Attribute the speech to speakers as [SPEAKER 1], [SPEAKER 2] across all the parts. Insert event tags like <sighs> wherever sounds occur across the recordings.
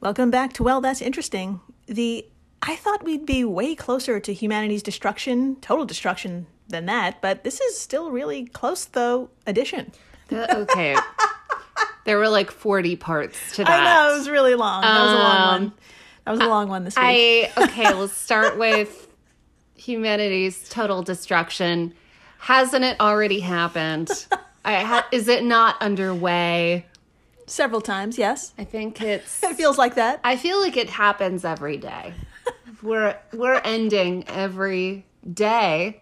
[SPEAKER 1] Welcome back to Well, That's Interesting. The I thought we'd be way closer to humanity's destruction, total destruction, than that, but this is still really close, though, addition.
[SPEAKER 2] The- okay. there were like 40 parts to
[SPEAKER 1] I
[SPEAKER 2] that.
[SPEAKER 1] know, it was really long. That was a long one. That was a long one this week.
[SPEAKER 2] Um, I okay, let's start with humanity's total destruction. Hasn't it already happened? I ha- is it not underway?
[SPEAKER 1] Several times, yes.
[SPEAKER 2] I think it's
[SPEAKER 1] It feels like that.
[SPEAKER 2] I feel like it happens every day. We're we're ending every day.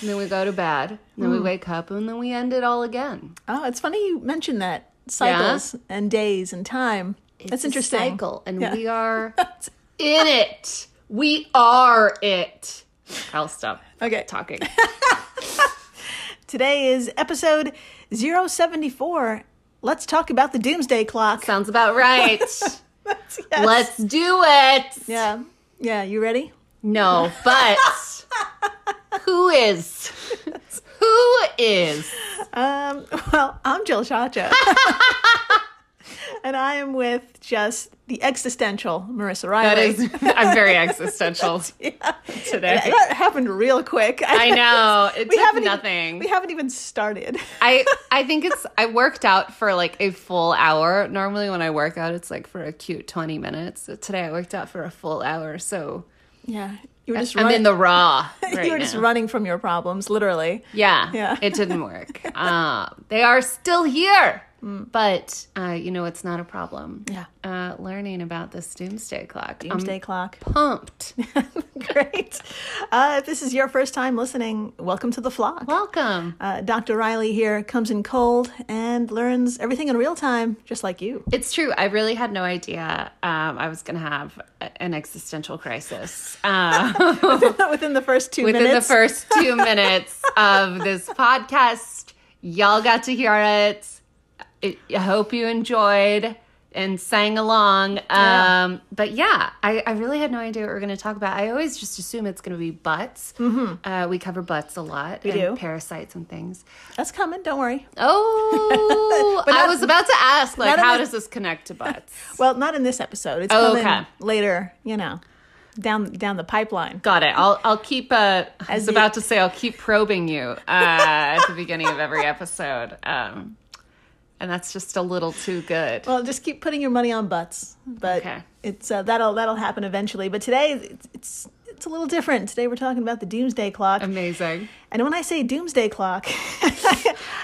[SPEAKER 2] And then we go to bed, and then
[SPEAKER 1] Hmm.
[SPEAKER 2] we wake up, and then we end it all again.
[SPEAKER 1] Oh, it's funny you mentioned that. Cycles and days and time. That's
[SPEAKER 2] a
[SPEAKER 1] interesting.
[SPEAKER 2] cycle, and
[SPEAKER 1] <laughs>
[SPEAKER 2] we are in it. We are it. I'll stop
[SPEAKER 1] Okay.
[SPEAKER 2] talking.
[SPEAKER 1] Today is episode 074. Let's talk about the doomsday clock.
[SPEAKER 2] <laughs> Sounds about right.
[SPEAKER 1] <laughs> Yes.
[SPEAKER 2] Let's do it.
[SPEAKER 1] Yeah. Yeah, you ready?
[SPEAKER 2] No,
[SPEAKER 1] <laughs>
[SPEAKER 2] but who is? Who is?
[SPEAKER 1] Um, <laughs> well, I'm Jill
[SPEAKER 2] <laughs>
[SPEAKER 1] Chacho. and I am with just the existential Marissa Riley.
[SPEAKER 2] That
[SPEAKER 1] <laughs>
[SPEAKER 2] is. <laughs> I'm very existential today.
[SPEAKER 1] That happened real quick.
[SPEAKER 2] I know.
[SPEAKER 1] <laughs>
[SPEAKER 2] It
[SPEAKER 1] We
[SPEAKER 2] took
[SPEAKER 1] haven't
[SPEAKER 2] nothing.
[SPEAKER 1] Even, we haven't even started.
[SPEAKER 2] I I think it's I worked out for like a full hour. Normally when I work out it's like for a cute 20 minutes. So today I worked out for a full hour. So
[SPEAKER 1] Yeah, you were just
[SPEAKER 2] I'm in
[SPEAKER 1] running.
[SPEAKER 2] the raw
[SPEAKER 1] <laughs>
[SPEAKER 2] right
[SPEAKER 1] you were just
[SPEAKER 2] now.
[SPEAKER 1] running from your problems, literally.
[SPEAKER 2] Yeah.
[SPEAKER 1] Yeah.
[SPEAKER 2] It
[SPEAKER 1] <laughs>
[SPEAKER 2] didn't work. Uh, they are still here. But uh, you know it's not a problem.
[SPEAKER 1] Hmm. Yeah.
[SPEAKER 2] Uh, learning about this doomsday clock. I'm
[SPEAKER 1] Doomsday clock. <laughs>
[SPEAKER 2] pumped.
[SPEAKER 1] Great. Uh, if this is your first time listening, welcome to the flock.
[SPEAKER 2] Welcome.
[SPEAKER 1] Uh, Dr. Riley here comes in cold and learns everything in real time, just like
[SPEAKER 2] <laughs>
[SPEAKER 1] you. <laughs>
[SPEAKER 2] It's true. I really had no idea um, I was going to have a- an existential crisis. Uh,
[SPEAKER 1] <laughs> Within the first two
[SPEAKER 2] within
[SPEAKER 1] minutes.
[SPEAKER 2] the first
[SPEAKER 1] <laughs>
[SPEAKER 2] two minutes of this podcast. Y'all got to hear it. it. I hope you enjoyed and sang along. Um, but yeah, I, I really had no idea what we are going to talk about. I always just assume it's going to be butts. Uh, we cover butts a lot. We
[SPEAKER 1] Mm-hmm. do.
[SPEAKER 2] and Parasites
[SPEAKER 1] <laughs>
[SPEAKER 2] and things.
[SPEAKER 1] That's coming, don't worry.
[SPEAKER 2] Oh,
[SPEAKER 1] But
[SPEAKER 2] I
[SPEAKER 1] not-
[SPEAKER 2] was about to ask, like,
[SPEAKER 1] not in
[SPEAKER 2] how
[SPEAKER 1] the-
[SPEAKER 2] does this connect to butts?
[SPEAKER 1] Well, not in this episode. It's
[SPEAKER 2] Oh,
[SPEAKER 1] coming
[SPEAKER 2] okay.
[SPEAKER 1] later, you know, down down the pipeline.
[SPEAKER 2] Got it. I'll I'll keep. Uh, I was
[SPEAKER 1] you-
[SPEAKER 2] about to say I'll keep probing you uh, at the beginning of every episode, um, and that's just a little too good.
[SPEAKER 1] Well, just keep putting your money on butts, but
[SPEAKER 2] Okay.
[SPEAKER 1] it's uh, that'll that'll happen eventually. But today it's, it's it's a little different. Today we're talking about the doomsday clock.
[SPEAKER 2] Amazing.
[SPEAKER 1] And when I say doomsday clock, <laughs>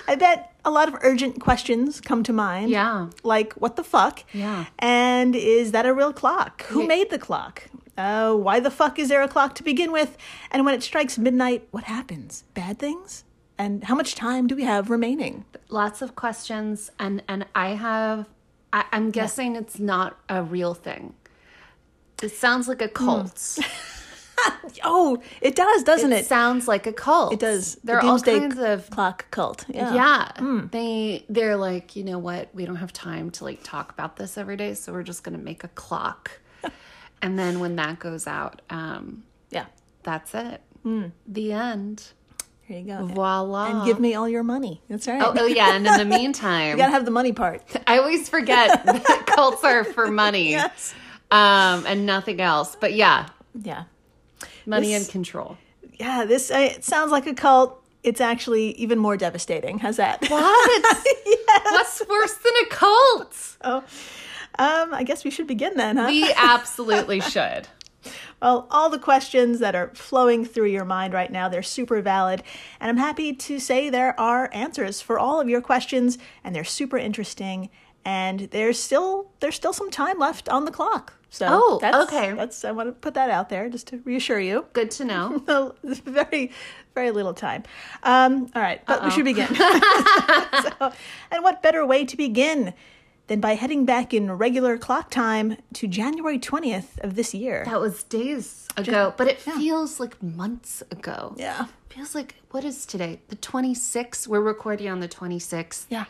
[SPEAKER 1] I bet a lot of urgent questions come to mind.
[SPEAKER 2] Yeah.
[SPEAKER 1] Like, what the fuck?
[SPEAKER 2] Yeah.
[SPEAKER 1] And is that a real clock? Who made the clock? Uh, why the fuck is there a clock to begin with? And when it strikes midnight, what happens? Bad things? And how much time do we have remaining?
[SPEAKER 2] Lots of questions, and and I have. I, I'm guessing it's not a real thing. It sounds like a cult.
[SPEAKER 1] <laughs> Oh, it does, doesn't
[SPEAKER 2] It
[SPEAKER 1] Mm. it?
[SPEAKER 2] sounds like a cult. It
[SPEAKER 1] does.
[SPEAKER 2] There are
[SPEAKER 1] the
[SPEAKER 2] all
[SPEAKER 1] doomsday
[SPEAKER 2] kinds of
[SPEAKER 1] clock cult. Yeah. Mm.
[SPEAKER 2] Yeah. They they're like, you know what, we don't have time to like talk about this every day, so we're just gonna make
[SPEAKER 1] <laughs>
[SPEAKER 2] a clock. and then when that goes out, um,
[SPEAKER 1] Yeah.
[SPEAKER 2] that's it. The end.
[SPEAKER 1] Here you go. Mm.
[SPEAKER 2] Voila.
[SPEAKER 1] And give me all your money. That's <laughs> all right.
[SPEAKER 2] oh, oh, yeah, and in the meantime,
[SPEAKER 1] You gotta have the money
[SPEAKER 2] <laughs>
[SPEAKER 1] part.
[SPEAKER 2] I always forget <laughs> that cults are for
[SPEAKER 1] <laughs>
[SPEAKER 2] money.
[SPEAKER 1] Yes.
[SPEAKER 2] Um, and nothing else. But yeah,
[SPEAKER 1] Yeah.
[SPEAKER 2] money
[SPEAKER 1] This-
[SPEAKER 2] and control.
[SPEAKER 1] Yeah, this uh, it sounds like a cult. It's actually even more devastating. How's that?
[SPEAKER 2] <laughs>
[SPEAKER 1] <laughs>
[SPEAKER 2] What? What's worse than a cult?
[SPEAKER 1] Um, I guess we should begin then, huh?
[SPEAKER 2] We absolutely should.
[SPEAKER 1] Well, all the questions that are flowing through your mind right now, they're super valid. And I'm happy to say there are answers for all of your questions, and they're super interesting. And there's still there's still some time left on the clock. So
[SPEAKER 2] Oh,
[SPEAKER 1] that's,
[SPEAKER 2] okay.
[SPEAKER 1] That's I want to put that out there just to reassure you.
[SPEAKER 2] Good to know.
[SPEAKER 1] No, <laughs> very, very little time. Um, all right, but we should begin. <laughs> so, and what better way to begin than by heading back in regular clock time to January 20th of this year?
[SPEAKER 2] That was days ago, but it feels like months ago.
[SPEAKER 1] Yeah.
[SPEAKER 2] Feels like, what is today? The 26th? We're recording on the 26th.
[SPEAKER 1] Yeah.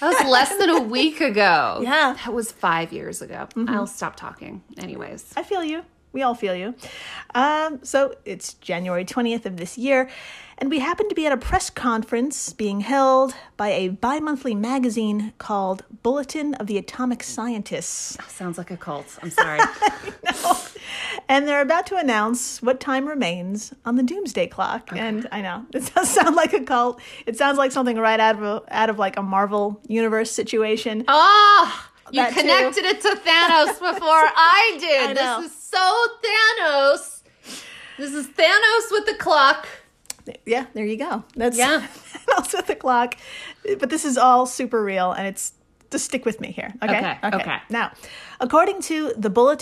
[SPEAKER 2] That was less than a week ago.
[SPEAKER 1] Yeah.
[SPEAKER 2] That was five years ago. I'll stop talking. Anyways.
[SPEAKER 1] I feel you. We all feel you. Um, so it's January 20th of this year, And we happened to be at a press conference being held by a bi monthly magazine called Bulletin of the Atomic Scientists.
[SPEAKER 2] Sounds like a cult. I'm sorry.
[SPEAKER 1] And they're about to announce what time remains on the doomsday clock. And I know it <laughs> does sound like a cult. It sounds like something right out of a, out of like a Marvel universe situation.
[SPEAKER 2] <laughs> oh, you
[SPEAKER 1] That too.
[SPEAKER 2] connected it to Thanos before I did.
[SPEAKER 1] I know.
[SPEAKER 2] This is so Thanos. This is Thanos with the clock.
[SPEAKER 1] Yeah, there you go. That's <laughs>
[SPEAKER 2] Yeah.
[SPEAKER 1] That's with the clock. But this is all super real and it's just stick with me here. Okay.
[SPEAKER 2] Okay, okay.
[SPEAKER 1] Now, according to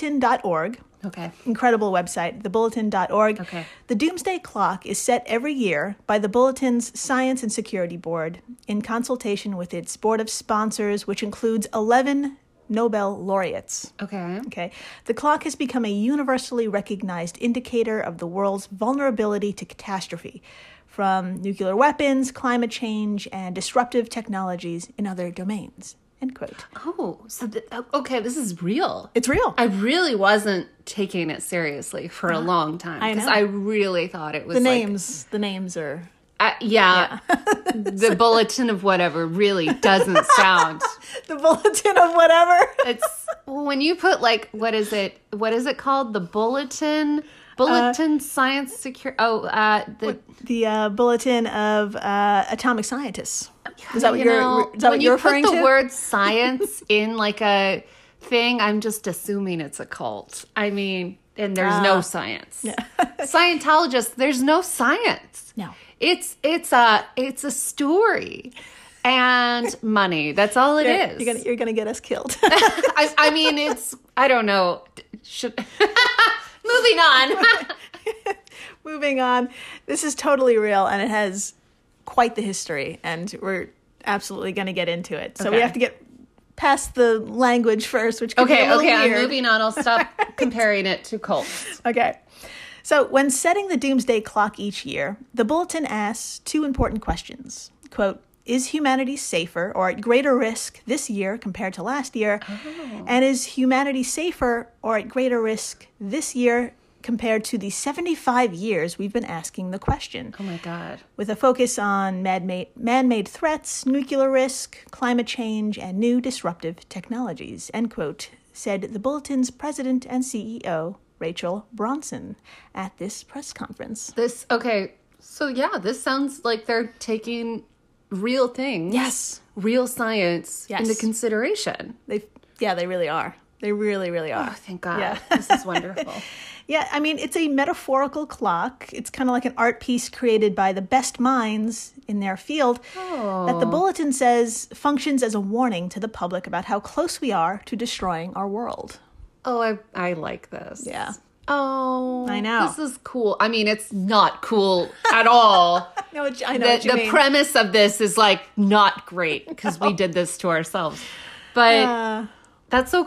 [SPEAKER 1] thebulletin.org,
[SPEAKER 2] Okay.
[SPEAKER 1] incredible website, thebulletin.org.
[SPEAKER 2] Okay.
[SPEAKER 1] The doomsday clock is set every year by the Bulletin's Science and Security Board in consultation with its board of sponsors, which includes 11 Nobel laureates.
[SPEAKER 2] Okay.
[SPEAKER 1] Okay. The clock has become a universally recognized indicator of the world's vulnerability to catastrophe, from nuclear weapons, climate change, and disruptive technologies in other domains. End quote.
[SPEAKER 2] Oh, so th- okay, this is real.
[SPEAKER 1] It's real.
[SPEAKER 2] I really wasn't taking it seriously for a long time
[SPEAKER 1] Uh-huh. I
[SPEAKER 2] because
[SPEAKER 1] know.
[SPEAKER 2] I, really thought it was
[SPEAKER 1] the
[SPEAKER 2] like,
[SPEAKER 1] names, the names are
[SPEAKER 2] I- yeah, <laughs> the bulletin of whatever really
[SPEAKER 1] <laughs>
[SPEAKER 2] doesn't sound.
[SPEAKER 1] the bulletin of whatever.
[SPEAKER 2] It's when you put like what is it? What is it called? The bulletin, bulletin
[SPEAKER 1] Uh,
[SPEAKER 2] science secure. Oh, uh, the
[SPEAKER 1] the uh, bulletin of uh, atomic scientists. Is that what
[SPEAKER 2] you
[SPEAKER 1] you're?
[SPEAKER 2] know,
[SPEAKER 1] is that
[SPEAKER 2] when
[SPEAKER 1] what you're
[SPEAKER 2] you
[SPEAKER 1] referring
[SPEAKER 2] put the
[SPEAKER 1] to? <laughs>
[SPEAKER 2] word science in like a thing, I'm just assuming it's a cult. I mean, and there's
[SPEAKER 1] Ah.
[SPEAKER 2] no science.
[SPEAKER 1] <laughs>
[SPEAKER 2] Scientologists, there's no science.
[SPEAKER 1] No.
[SPEAKER 2] It's it's a it's a story. And money. That's all it
[SPEAKER 1] you're,
[SPEAKER 2] is.
[SPEAKER 1] You're gonna, you're gonna get us killed.
[SPEAKER 2] <laughs>
[SPEAKER 1] <laughs>
[SPEAKER 2] I, I mean, it's. I don't know. Should, <laughs> moving
[SPEAKER 1] <laughs>
[SPEAKER 2] on.
[SPEAKER 1] Moving on. This is totally real, and it has quite the history, and we're absolutely gonna get into it. So we
[SPEAKER 2] Okay.
[SPEAKER 1] have to get past the language first, which could be
[SPEAKER 2] okay,
[SPEAKER 1] a little
[SPEAKER 2] okay.
[SPEAKER 1] weird.
[SPEAKER 2] I'm moving on. I'll stop
[SPEAKER 1] <laughs>
[SPEAKER 2] comparing it to cults.
[SPEAKER 1] Okay. So, when setting the doomsday clock each year, the bulletin asks two important questions. Quote, is humanity safer or at greater risk this year compared to last year? And is humanity safer or at greater risk this year compared to the 75 years we've been asking the question?
[SPEAKER 2] Oh my god.
[SPEAKER 1] with a focus on man-made, man-made threats, nuclear risk, climate change, and new disruptive technologies, end quote, said the Bulletin's president and CEO, Rachel Bronson, at this press conference.
[SPEAKER 2] This okay. So yeah, this sounds like they're taking real things,
[SPEAKER 1] Yes.
[SPEAKER 2] real science
[SPEAKER 1] Yes.
[SPEAKER 2] into consideration.
[SPEAKER 1] They, yeah, they really are. They really, really are.
[SPEAKER 2] <sighs> Oh, thank God.
[SPEAKER 1] Yeah.
[SPEAKER 2] This is
[SPEAKER 1] <laughs>
[SPEAKER 2] wonderful.
[SPEAKER 1] Yeah, I mean, it's a metaphorical clock. It's kind of like an art piece created by the best minds in their field that the bulletin says functions as a warning to the public about how close we are to destroying our world.
[SPEAKER 2] oh, I I like this.
[SPEAKER 1] Yeah.
[SPEAKER 2] Oh,
[SPEAKER 1] I know.
[SPEAKER 2] This is cool. I mean, it's not cool at all.
[SPEAKER 1] No, it, <laughs> I know
[SPEAKER 2] the,
[SPEAKER 1] what you
[SPEAKER 2] the
[SPEAKER 1] mean.
[SPEAKER 2] premise of this is like not great
[SPEAKER 1] <laughs>
[SPEAKER 2] because we did this to ourselves. But that's so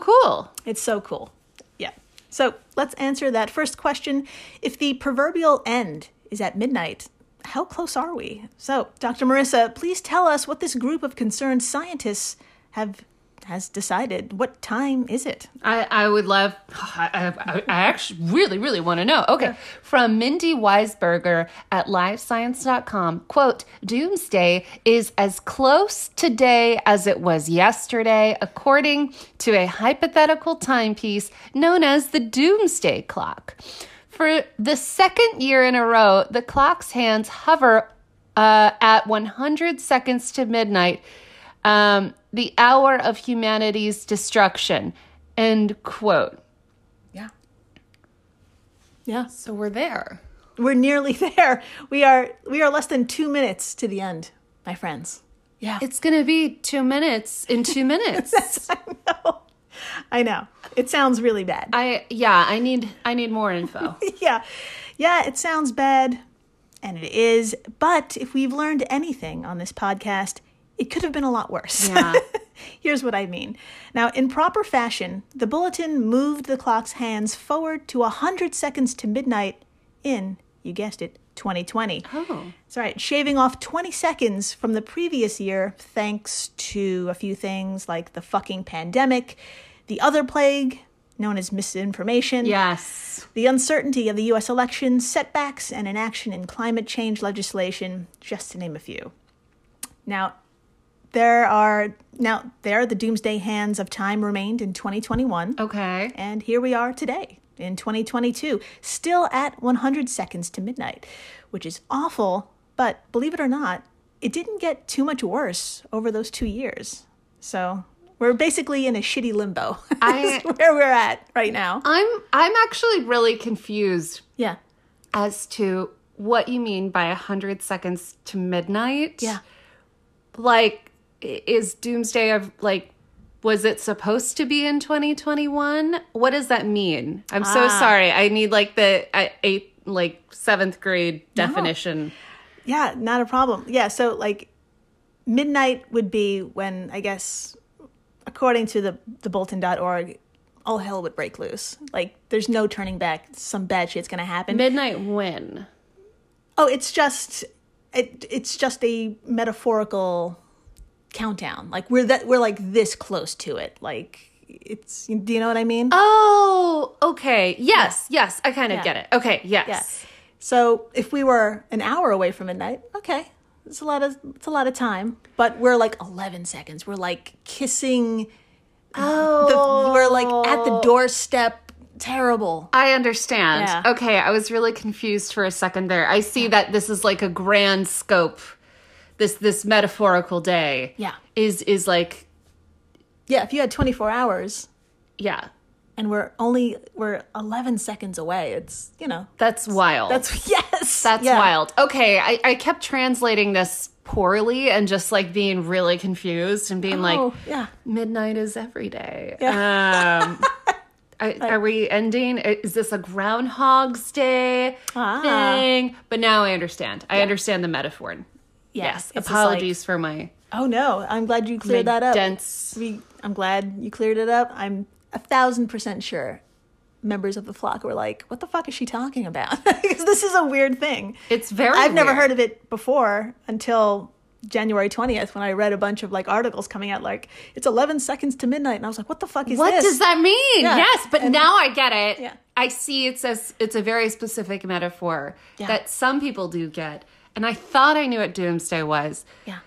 [SPEAKER 1] Uh,
[SPEAKER 2] cool.
[SPEAKER 1] It's so cool. Yeah. So let's answer that first question. If the proverbial end is at midnight, how close are we? So, Dr. Marissa, please tell us what this group of concerned scientists have has decided. What time is it?
[SPEAKER 2] I, I would love, I, I, I actually really, really want to know. Okay. From Mindy Weisberger at livescience.com quote, Doomsday is as close today as it was yesterday, according to a hypothetical timepiece known as the Doomsday Clock. For the second year in a row, the clock's hands hover uh, at 100 seconds to midnight, um, the hour of humanity's destruction. End quote. Yeah.
[SPEAKER 1] Yeah.
[SPEAKER 2] So we're there.
[SPEAKER 1] We're nearly <laughs> there. We are we are less than 2 minutes to the end, my friends. Yeah.
[SPEAKER 2] It's going to be two minutes in two minutes.
[SPEAKER 1] I know. It sounds really bad.
[SPEAKER 2] <laughs> I yeah. I need I need more <laughs> info.
[SPEAKER 1] <laughs> yeah. Yeah, it sounds bad, and it is. But if we've learned anything on this podcast, it could have been a lot worse.
[SPEAKER 2] Yeah.
[SPEAKER 1] <laughs> Here's what I mean. Now, in proper fashion, the bulletin moved the clock's hands forward to 100 seconds to midnight in, you guessed it, 2020.
[SPEAKER 2] Oh.
[SPEAKER 1] It's all right, shaving off 20 seconds from the previous year thanks to a few things like the fucking pandemic, the other plague, known as misinformation.
[SPEAKER 2] Yes.
[SPEAKER 1] The uncertainty of the US election, setbacks and inaction in climate change legislation, just to name a few. Now, there are now there the doomsday hands of time remained in 2021
[SPEAKER 2] Okay.
[SPEAKER 1] and here we are today in 2022 still at 100 seconds to midnight which is awful but believe it or not it didn't get too much worse over those 2 years so we're basically in a shitty limbo <laughs>
[SPEAKER 2] I-
[SPEAKER 1] That's where we're at right now
[SPEAKER 2] I'm I'm actually really confused
[SPEAKER 1] yeah
[SPEAKER 2] as to what you mean by 100 seconds to midnight.
[SPEAKER 1] Yeah.
[SPEAKER 2] Like i- is doomsday of like was it supposed to be in 2021? What does that mean? I'm so sorry. I need like the uh, eighth like 7th grade definition.
[SPEAKER 1] Yeah, not a problem. Yeah, so like midnight would be when I guess according to the the bulletin.org all hell would break loose. Like there's no turning back. Some bad shit's going to happen.
[SPEAKER 2] Midnight when?
[SPEAKER 1] oh, it's just it it's just a metaphorical countdown. Like we're that we're like this close to it. Like it's do you know what I mean?
[SPEAKER 2] Oh, okay. Yes, yes. I kind of get it. Okay, yes.
[SPEAKER 1] Yeah. So if we were an hour away from midnight, okay, it's a lot of it's a lot of time, but we're like eleven seconds. We're like kissing. Oh, we're like at the doorstep. Terrible.
[SPEAKER 2] I understand.
[SPEAKER 1] Yeah.
[SPEAKER 2] Okay, I was really confused for a second there. I see that this is like a grand scope. This this metaphorical day.
[SPEAKER 1] Yeah.
[SPEAKER 2] Is is like
[SPEAKER 1] Yeah, if you had twenty four hours
[SPEAKER 2] yeah.
[SPEAKER 1] and we're only we're eleven seconds away, it's you know
[SPEAKER 2] That's wild.
[SPEAKER 1] that's <laughs> yes
[SPEAKER 2] that's
[SPEAKER 1] yeah.
[SPEAKER 2] wild. Okay, I, I kept translating this poorly and just like being really confused and being like
[SPEAKER 1] oh yeah
[SPEAKER 2] midnight is every day. Um
[SPEAKER 1] <laughs>
[SPEAKER 2] I, are we ending? Is this a Groundhog's Day
[SPEAKER 1] Ah.
[SPEAKER 2] thing? But now I understand. I understand the metaphor.
[SPEAKER 1] yeah.
[SPEAKER 2] Yes.
[SPEAKER 1] It's just like-
[SPEAKER 2] Apologies for my
[SPEAKER 1] oh no, I'm glad you cleared that up.
[SPEAKER 2] dense.
[SPEAKER 1] We, I'm glad you cleared it up. I'm a thousand percent sure members of the flock were like, what the fuck is she talking about? <laughs> Because this is a weird thing.
[SPEAKER 2] It's very.
[SPEAKER 1] I've never
[SPEAKER 2] weird.
[SPEAKER 1] heard of it before until January 20th when I read a bunch of like articles coming out like, it's 11 seconds to midnight. And I was like, what the fuck is
[SPEAKER 2] What
[SPEAKER 1] this?
[SPEAKER 2] does that mean?
[SPEAKER 1] Yeah.
[SPEAKER 2] Yes, but now I get it.
[SPEAKER 1] Yeah.
[SPEAKER 2] I see it's a it's a very specific metaphor
[SPEAKER 1] Yeah.
[SPEAKER 2] that some people do get, and I thought I knew what doomsday was.
[SPEAKER 1] yeah.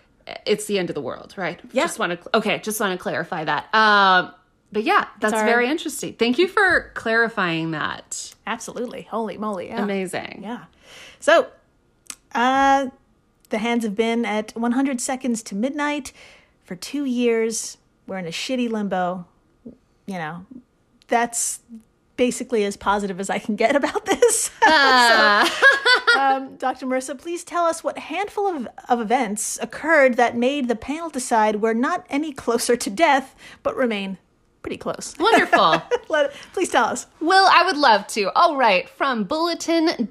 [SPEAKER 2] It's the end of the world, right?
[SPEAKER 1] Yeah.
[SPEAKER 2] Just want to okay, just want to clarify that. Um, but yeah, that's
[SPEAKER 1] our-
[SPEAKER 2] very interesting. Thank you for clarifying that.
[SPEAKER 1] Absolutely. Holy moly. Yeah.
[SPEAKER 2] Amazing.
[SPEAKER 1] Yeah. So, uh, the hands have been at 100 seconds to midnight for two years. We're in a shitty limbo. You know, that's basically as positive as I can get <laughs> about this.
[SPEAKER 2] Ah. <laughs>
[SPEAKER 1] so, um, Dr. Marissa, please tell us what handful of, of events occurred that made the panel decide we're not any closer to death, but remain pretty close. <laughs>
[SPEAKER 2] Wonderful.
[SPEAKER 1] Let, please tell us.
[SPEAKER 2] Well, I would love to. All right, from bulletin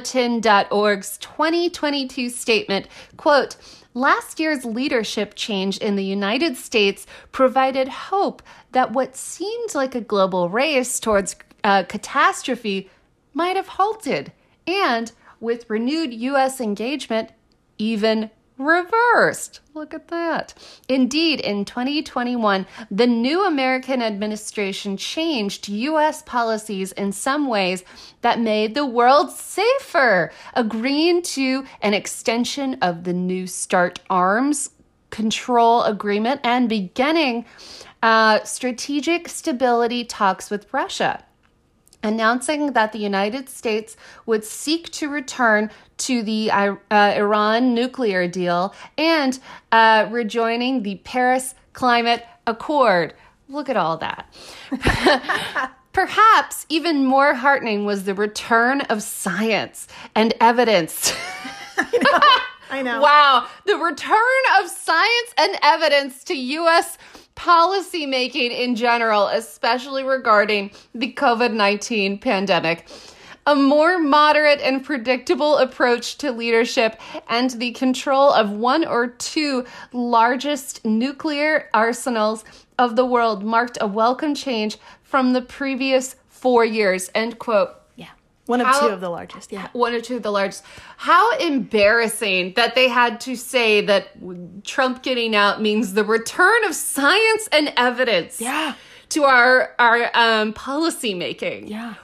[SPEAKER 2] thebulletin.org's 2022 statement, quote, Last year's leadership change in the United States provided hope that what seemed like a global race towards uh, catastrophe might have halted, and with renewed U.S. engagement, even reversed. Look at that. Indeed, in 2021, the new American administration changed U.S. policies in some ways that made the world safer, agreeing to an extension of the New START arms control agreement and beginning uh, strategic stability talks with Russia announcing that the United States would seek to return to the I- uh, Iran nuclear deal and uh, rejoining the Paris Climate Accord. Look at all that. <laughs> Perhaps even more heartening was the return of science and evidence.
[SPEAKER 1] I know.
[SPEAKER 2] Wow, the return of science and evidence to U.S. policymaking in general, especially regarding the COVID 19 pandemic. A more moderate and predictable approach to leadership and the control of one or two largest nuclear arsenals of the world marked a welcome change from the previous four years. End quote
[SPEAKER 1] Yeah. One of
[SPEAKER 2] How-
[SPEAKER 1] two of the largest. Yeah.
[SPEAKER 2] one or two of the largest. How embarrassing that they had to say that Trump getting out means the return of science and evidence.
[SPEAKER 1] Yeah.
[SPEAKER 2] to our our um, policy making.
[SPEAKER 1] Yeah.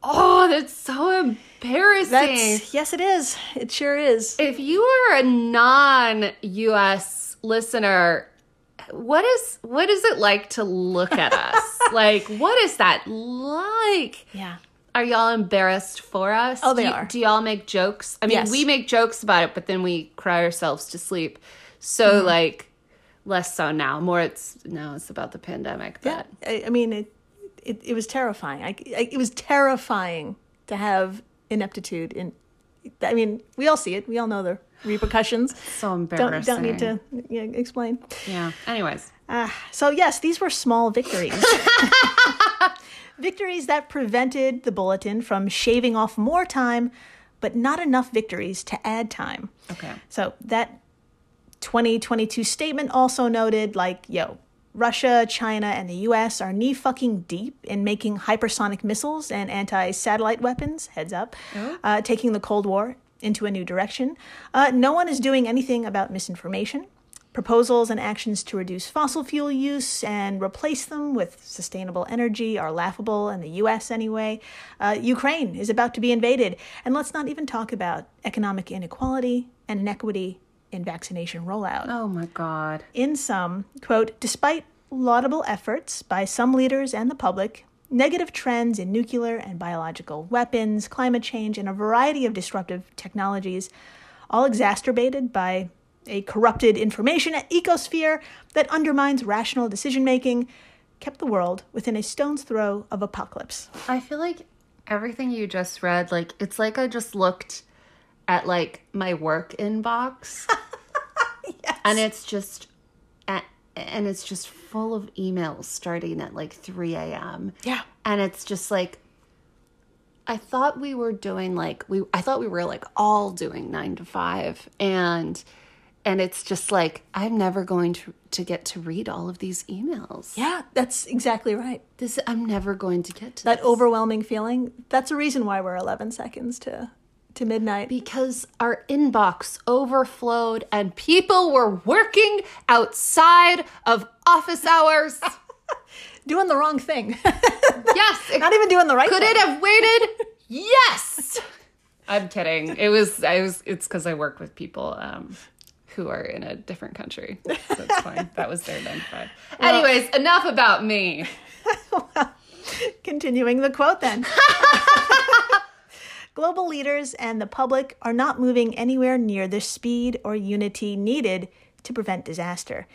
[SPEAKER 2] Oh, that's so embarrassing.
[SPEAKER 1] That's yes, it is. It sure is.
[SPEAKER 2] if you are a non-US listener, what is what is it like to look
[SPEAKER 1] <laughs>
[SPEAKER 2] at us? like, what is that like?
[SPEAKER 1] yeah.
[SPEAKER 2] Are y'all embarrassed for us?
[SPEAKER 1] Oh, they
[SPEAKER 2] do, y-
[SPEAKER 1] are.
[SPEAKER 2] Do y'all make jokes? I mean,
[SPEAKER 1] Yes.
[SPEAKER 2] we make jokes about it, but then we cry ourselves to sleep. So,
[SPEAKER 1] Mm-hmm.
[SPEAKER 2] like, less so now. More, it's now it's about the pandemic. But
[SPEAKER 1] I, I mean, it, it it was terrifying. I, I- it was terrifying to have ineptitude in. I mean, we all see it. We all know the repercussions.
[SPEAKER 2] so
[SPEAKER 1] Don't
[SPEAKER 2] embarrassing.
[SPEAKER 1] don't need to yeah, explain. Ah,
[SPEAKER 2] Yeah. Anyways,
[SPEAKER 1] So yes, these were small victories. <laughs> victories that prevented the bulletin from shaving off more time, but not enough victories to add time.
[SPEAKER 2] okay.
[SPEAKER 1] So that 2022 statement also noted like, yo, Russia, China, and the US are knee fucking deep in making hypersonic missiles and anti satellite weapons, heads up, uh, taking the Cold War into a new direction. Uh, no one is doing anything about misinformation. Proposals and actions to reduce fossil fuel use and replace them with sustainable energy are laughable in the US anyway. Uh, Ukraine is about to be invaded. And let's not even talk about economic inequality and inequity in vaccination rollout.
[SPEAKER 2] Oh my God.
[SPEAKER 1] In sum, quote, despite laudable efforts by some leaders and the public, negative trends in nuclear and biological weapons, climate change, and a variety of disruptive technologies, all exacerbated by a corrupted information ecosphere that undermines rational decision making, kept the world within a stone's throw of apocalypse.
[SPEAKER 2] I feel like everything you just read, like it's like I just looked at like my work inbox,
[SPEAKER 1] <laughs>
[SPEAKER 2] and it's just a- and it's just full of emails starting at like three a.m.
[SPEAKER 1] Yeah.
[SPEAKER 2] and it's just like I thought we were doing like we I thought we were like all doing nine to five, and and it's just like I'm never going to to get to read all of these emails.
[SPEAKER 1] Yeah, that's exactly right.
[SPEAKER 2] This I'm never going to get to
[SPEAKER 1] That overwhelming feeling, that's a reason why we're 11 seconds to, to midnight.
[SPEAKER 2] because our inbox overflowed and people were working outside of office <laughs> hours.
[SPEAKER 1] Doing the wrong thing.
[SPEAKER 2] yes. it-
[SPEAKER 1] <laughs> Not even doing the right
[SPEAKER 2] could
[SPEAKER 1] thing.
[SPEAKER 2] it have waited? Yes. I'm kidding. It was I was it's cuz I work with people um who are in a different country. So it's <laughs> fine. That was their then five. Anyways, enough about me.
[SPEAKER 1] Continuing the quote then. Global leaders and the public are not moving anywhere near the speed or unity needed to prevent disaster.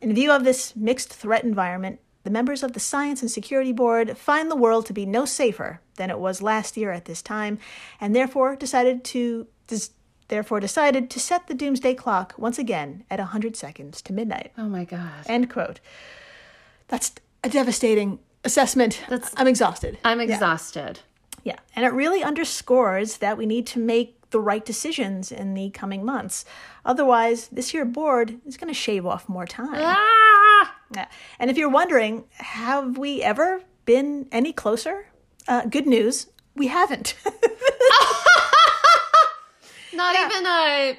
[SPEAKER 1] In view of this mixed threat environment, the members of the Science and Security Board find the world to be no safer than it was last year at this time, and therefore decided to des- therefore decided to set the doomsday clock once again at 100 seconds to midnight.
[SPEAKER 2] Oh my god.
[SPEAKER 1] End quote. That's a devastating assessment. I'm exhausted.
[SPEAKER 2] I'm exhausted.
[SPEAKER 1] Uh, Yeah. And it really underscores that we need to make the right decisions in the coming months. Otherwise, this year board is going to shave off more time.
[SPEAKER 2] Ah!
[SPEAKER 1] Yeah. And if you're wondering, have we ever been any closer? Uh, good news, we haven't. <laughs>
[SPEAKER 2] Not even a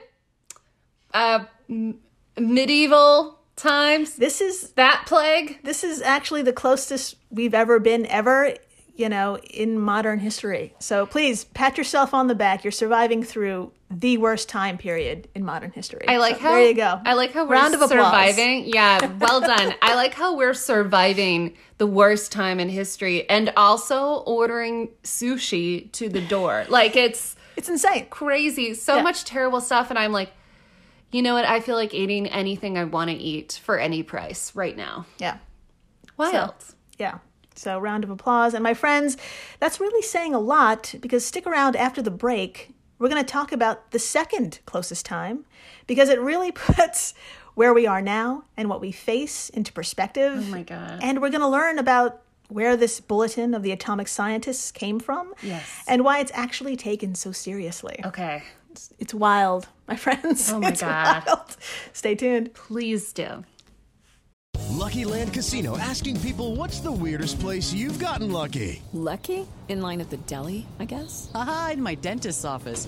[SPEAKER 2] a m- medieval times.
[SPEAKER 1] this is
[SPEAKER 2] That plague.
[SPEAKER 1] this is actually the closest we've ever been ever you know in modern history so please pat yourself on the back you're surviving through the worst time period in modern history
[SPEAKER 2] I like
[SPEAKER 1] So
[SPEAKER 2] how
[SPEAKER 1] there you go
[SPEAKER 2] I like how we're
[SPEAKER 1] Round of applause.
[SPEAKER 2] surviving. Yeah, well done. I like how we're surviving the worst time in history and also ordering sushi to the door. Like it's
[SPEAKER 1] it's insane
[SPEAKER 2] crazy. So much terrible stuff and I'm like you know what? I feel like eating anything I want to eat for any price right now.
[SPEAKER 1] yeah
[SPEAKER 2] Wild.
[SPEAKER 1] Yeah. So, round of applause. And my friends, that's really saying a lot because stick around after the break. We're going to talk about the second closest time because it really <laughs> puts where we are now and what we face into perspective. Oh
[SPEAKER 2] my God.
[SPEAKER 1] And we're going to learn about where this bulletin of the atomic scientists came from
[SPEAKER 2] Yes.
[SPEAKER 1] and why it's actually taken so seriously.
[SPEAKER 2] Okay.
[SPEAKER 1] It's wild, my friends. Oh <laughs>
[SPEAKER 2] my
[SPEAKER 1] it's
[SPEAKER 2] God.
[SPEAKER 1] wild. Stay tuned.
[SPEAKER 2] Please do.
[SPEAKER 3] Lucky Land Casino asking people what's the weirdest place you've gotten lucky?
[SPEAKER 4] Lucky? In line at the deli, I guess?
[SPEAKER 5] Aha, in my dentist's office.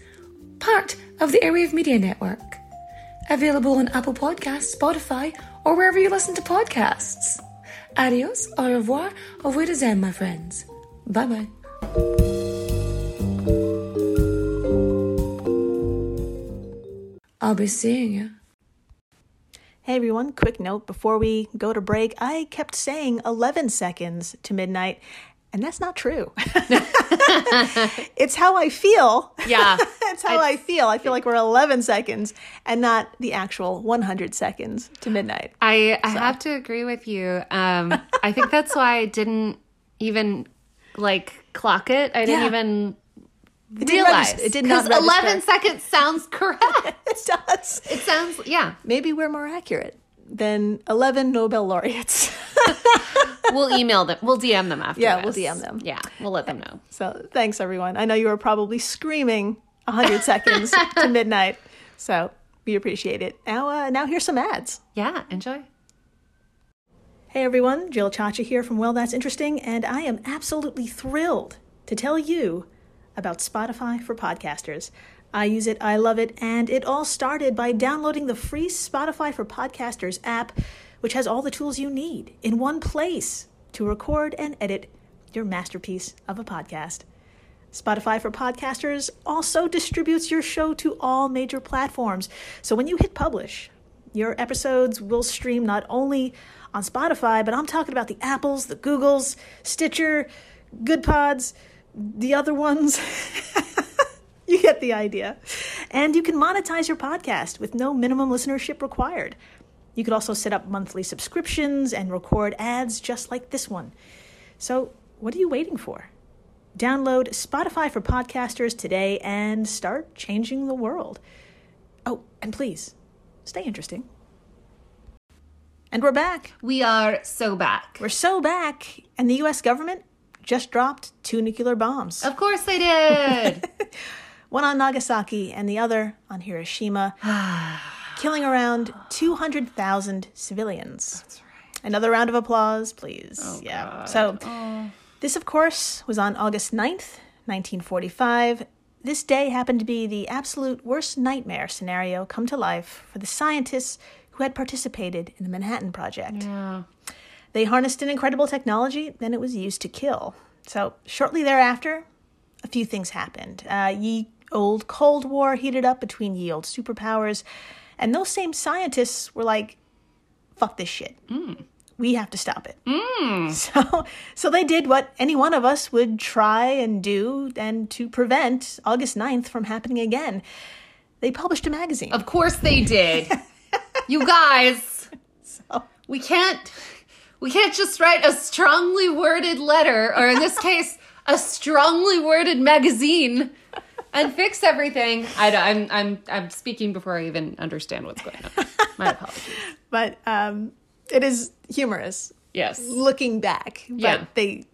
[SPEAKER 6] part of the Airwave Media Network. Available on Apple Podcasts, Spotify, or wherever you listen to podcasts. Adios, au revoir, au revoir de zen, my friends. Bye bye. I'll be seeing you.
[SPEAKER 7] Hey everyone, quick note before we go to break, I kept saying 11 seconds to midnight, and that's not true. <laughs> it's how I feel. <laughs>
[SPEAKER 2] Yeah.
[SPEAKER 7] That's how I feel. I feel like we're 11 seconds and not the actual 100 seconds to midnight. <laughs>
[SPEAKER 2] I, I have to agree with you. Um, I think that's why I didn't even like clock it. I didn't
[SPEAKER 7] Yeah.
[SPEAKER 2] even
[SPEAKER 7] didn't regis-
[SPEAKER 2] realize
[SPEAKER 7] it did not
[SPEAKER 2] 'Cause eleven
[SPEAKER 7] register.
[SPEAKER 2] seconds sounds correct.
[SPEAKER 7] It does.
[SPEAKER 2] it sounds yeah.
[SPEAKER 7] Maybe we're more accurate than 11 Nobel laureates. <laughs>
[SPEAKER 2] We'll email them. We'll DM them after.
[SPEAKER 7] Yeah, we'll DM them.
[SPEAKER 2] Yeah, we'll let them know.
[SPEAKER 7] So thanks everyone. I know you were probably screaming 100 seconds to midnight. So we appreciate it. Now, uh, now here's some ads.
[SPEAKER 2] Yeah, enjoy.
[SPEAKER 7] Hey everyone, Jill Chacha here from Well That's Interesting, and I am absolutely thrilled to tell you about Spotify for podcasters. I use it, I love it, and it all started by downloading the free Spotify for Podcasters app, which has all the tools you need in one place to record and edit your masterpiece of a podcast. Spotify for Podcasters also distributes your show to all major platforms. So when you hit publish, your episodes will stream not only on Spotify, but I'm talking about the Apples, the Googles, Stitcher, Good Pods, the other ones. <laughs> you get the idea. And you can monetize your podcast with no minimum listenership required. You could also set up monthly subscriptions and record ads just like this one. So, what are you waiting for? Download Spotify for podcasters today and start changing the world. Oh, and please stay interesting. And we're back.
[SPEAKER 2] We are so back.
[SPEAKER 7] We're so back. And the US government just dropped two nuclear bombs
[SPEAKER 2] Of course they did.
[SPEAKER 7] one on Nagasaki and the other on <sighs> Hiroshima, killing around 200,000 civilians. That's right. Oh, Another round of applause, please. yeah. So, this, of course, was on August 9th, 1945. This day happened to be the absolute worst nightmare scenario come to life for the scientists who had participated in the Manhattan Project. They harnessed an incredible technology, then it was used to kill. So, shortly thereafter, a few things happened. Uh, ye old Cold War heated up between ye old superpowers, and those same scientists were like, fuck this shit. We have to stop it. <laughs> So, so they did what any one of us would try and do and to prevent August 9th from happening again. They published a magazine.
[SPEAKER 2] of course they did. You guys, we can't we can't just write a strongly worded letter or in this case a strongly worded magazine and fix everything. I am I'm I'm speaking before I even understand what's going on. My apologies.
[SPEAKER 7] but um, it is humorous
[SPEAKER 2] Yes.
[SPEAKER 7] looking back. But
[SPEAKER 2] Yeah.
[SPEAKER 7] they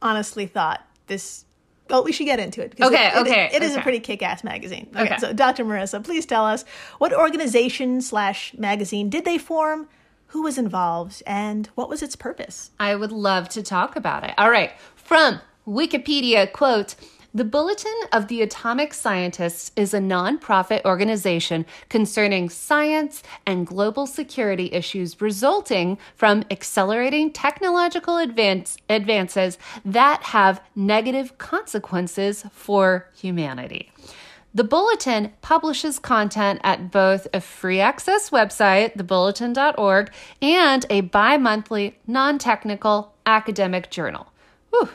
[SPEAKER 7] honestly thought this. Well, we should get into it. because
[SPEAKER 2] Okay,
[SPEAKER 7] it- it-
[SPEAKER 2] okay,
[SPEAKER 7] it is a
[SPEAKER 2] okay.
[SPEAKER 7] pretty kick-ass magazine. Okay,
[SPEAKER 2] Okay.
[SPEAKER 7] so Dr. Marissa, please tell us what organization slash magazine did they form, who was involved, and what was its purpose?
[SPEAKER 2] I would love to talk about it. All right. From Wikipedia quote the Bulletin of the Atomic Scientists is a nonprofit organization concerning science and global security issues resulting from accelerating technological advance, advances that have negative consequences for humanity. The Bulletin publishes content at both a free access website, thebulletin.org, and a bi monthly, non technical academic journal. Whew.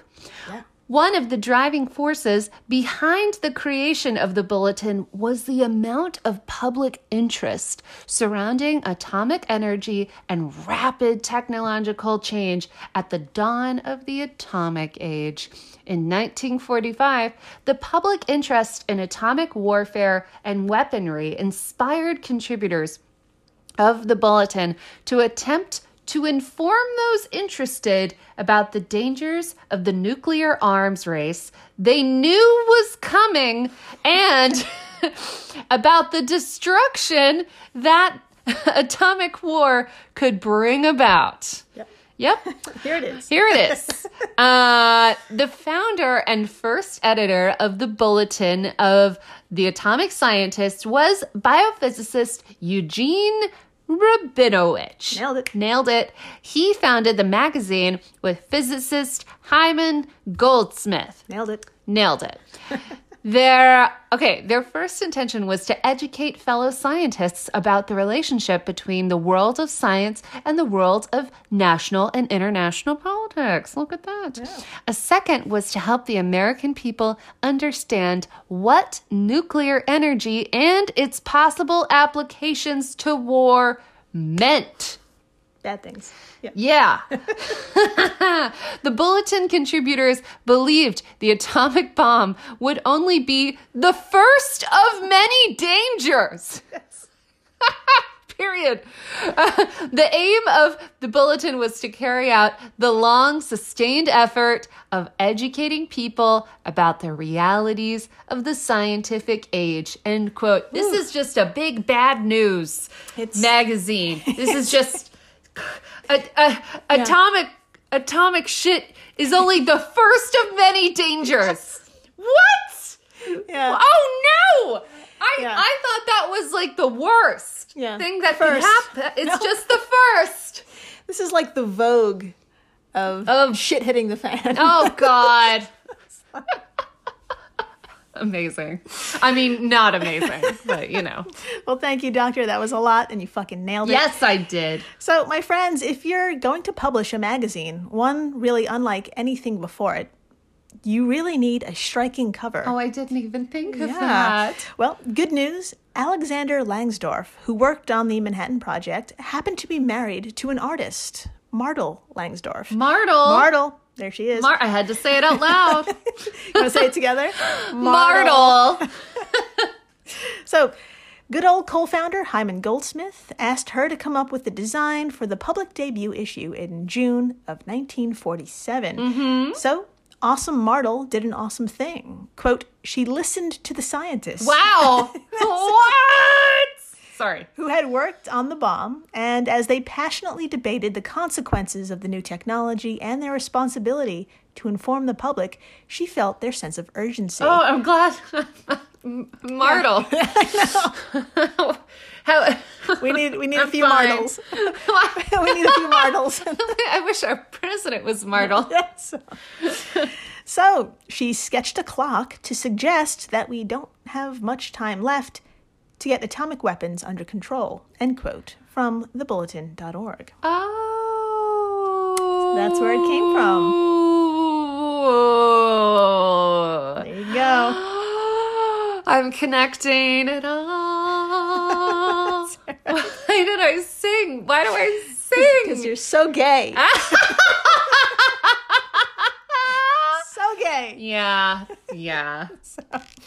[SPEAKER 2] One of the driving forces behind the creation of the bulletin was the amount of public interest surrounding atomic energy and rapid technological change at the dawn of the atomic age. In 1945, the public interest in atomic warfare and weaponry inspired contributors of the bulletin to attempt to inform those interested about the dangers of the nuclear arms race they knew was coming and <laughs> about the destruction that <laughs> atomic war could bring about. Yep.
[SPEAKER 7] <laughs> Here it is.
[SPEAKER 2] Here it
[SPEAKER 7] <laughs>
[SPEAKER 2] is. uh, the founder and first editor of the Bulletin of the Atomic Scientist was biophysicist Eugene Rabinowitz.
[SPEAKER 7] Nailed it.
[SPEAKER 2] Nailed it. He founded the magazine with physicist Hyman Goldsmith.
[SPEAKER 7] Nailed it.
[SPEAKER 2] Nailed it. their okay, their first intention was to educate fellow scientists about the relationship between the world of science and the world of national and international politics. Look at that. A second was to help the American people understand what nuclear energy and its possible applications to war meant.
[SPEAKER 7] Bad things. Yep.
[SPEAKER 2] Yeah. <laughs> the bulletin contributors believed the atomic bomb would only be the first of many dangers. <laughs> Period. Uh, the aim of the bulletin was to carry out the long sustained effort of educating people about the realities of the scientific age. End quote. This is just a big bad news magazine. This is
[SPEAKER 7] <laughs>
[SPEAKER 2] just a, a, atomic atomic shit is only
[SPEAKER 7] <laughs>
[SPEAKER 2] the first of many dangers. What?
[SPEAKER 7] Yeah.
[SPEAKER 2] Oh no! I
[SPEAKER 7] Yeah.
[SPEAKER 2] I thought that was like the worst
[SPEAKER 7] Yeah.
[SPEAKER 2] thing that
[SPEAKER 7] First.
[SPEAKER 2] could happen. It's just the first.
[SPEAKER 7] This is like the Vogue of,
[SPEAKER 2] Of-
[SPEAKER 7] shit hitting the fan.
[SPEAKER 2] <laughs> Oh God. amazing. I mean, not amazing, but you know.
[SPEAKER 7] <laughs> Well, thank you, Doctor. That was a lot, and you fucking nailed
[SPEAKER 2] <laughs>
[SPEAKER 7] it.
[SPEAKER 2] Yes, I did.
[SPEAKER 7] So, my friends, if you're going to publish a magazine, one really unlike anything before it, you really need a striking cover.
[SPEAKER 2] Oh, I didn't even think of
[SPEAKER 7] Yeah.
[SPEAKER 2] that.
[SPEAKER 7] Well, good news. Alexander Langsdorff, who worked on the Manhattan Project, happened to be married to an artist, Martel Langsdorff.
[SPEAKER 2] Martle.
[SPEAKER 7] Martel. There she is.
[SPEAKER 2] Mar- I had to say it out <laughs> loud.
[SPEAKER 7] you want to say it together?
[SPEAKER 2] Martle.
[SPEAKER 7] So, good old co founder Hyman Goldsmith asked her to come up with the design for the public debut issue in June of 1947. So, Awesome Martel did an awesome thing. Quote, she listened to the scientists
[SPEAKER 2] Wow. <laughs> what? Sorry.
[SPEAKER 7] who had worked on the bomb, and as they passionately debated the consequences of the new technology and their responsibility to inform the public, she felt their sense of urgency.
[SPEAKER 2] Oh, I'm glad. <laughs> Martle. <laughs> How,
[SPEAKER 7] We need we need a
[SPEAKER 2] I'm <laughs>
[SPEAKER 7] few
[SPEAKER 2] fine.
[SPEAKER 7] martles. <laughs> we need a few martles.
[SPEAKER 2] <laughs> I wish our president was <laughs> Martle.
[SPEAKER 7] Yes. so she sketched a clock to suggest that we don't have much time left to get atomic weapons under control. End quote from thebulletin.org.
[SPEAKER 2] Oh.
[SPEAKER 7] That's where it came from. There you go.
[SPEAKER 2] Oh. I'm connecting it all. <laughs> Why did I sing? Why do
[SPEAKER 7] <laughs>
[SPEAKER 2] I sing?
[SPEAKER 7] Because you're so gay.
[SPEAKER 2] Ah.
[SPEAKER 7] <laughs> so gay.
[SPEAKER 2] Yeah,
[SPEAKER 7] <laughs>
[SPEAKER 2] yeah.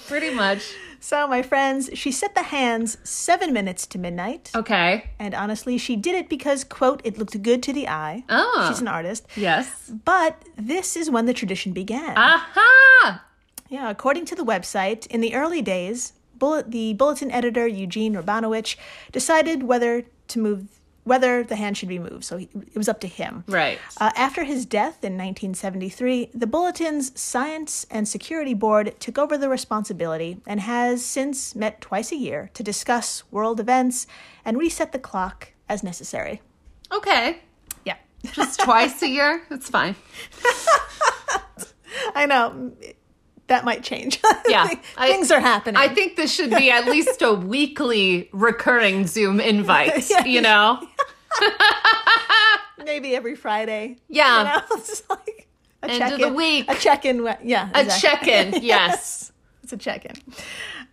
[SPEAKER 2] Pretty much.
[SPEAKER 7] So, my friends, she set the hands seven minutes to midnight.
[SPEAKER 2] Okay.
[SPEAKER 7] And honestly, she did it because, quote, it looked good to the eye.
[SPEAKER 2] Oh.
[SPEAKER 7] She's an artist. <laughs>
[SPEAKER 2] Yes.
[SPEAKER 7] But this is when the tradition began.
[SPEAKER 2] Ah. Aha!
[SPEAKER 7] Yeah, according to the website, in the early days, bullet, the bulletin editor Eugene Rabanovich decided whether to move whether the hand should be moved. So he, it was up to him.
[SPEAKER 2] Right.
[SPEAKER 7] Uh, after his death in 1973, the bulletin's Science and Security Board took over the responsibility and has since met twice a year to discuss world events and reset the clock as necessary.
[SPEAKER 2] Okay.
[SPEAKER 7] Yeah. <laughs>
[SPEAKER 2] Just twice a year. It's fine.
[SPEAKER 7] I know. that might change. <laughs>
[SPEAKER 2] Yeah,
[SPEAKER 7] Thing-
[SPEAKER 2] I-
[SPEAKER 7] things are happening.
[SPEAKER 2] I think this should be at least a weekly recurring Zoom
[SPEAKER 7] <laughs>
[SPEAKER 2] invite, you know?
[SPEAKER 7] Maybe every Friday.
[SPEAKER 2] Yeah.
[SPEAKER 7] you know? <laughs> it's just like a
[SPEAKER 2] End of
[SPEAKER 7] check-in,
[SPEAKER 2] the week.
[SPEAKER 7] A check-in. we- Yeah,
[SPEAKER 2] A check
[SPEAKER 7] exactly.
[SPEAKER 2] in,
[SPEAKER 7] <laughs>
[SPEAKER 2] yes.
[SPEAKER 7] It's a check-in.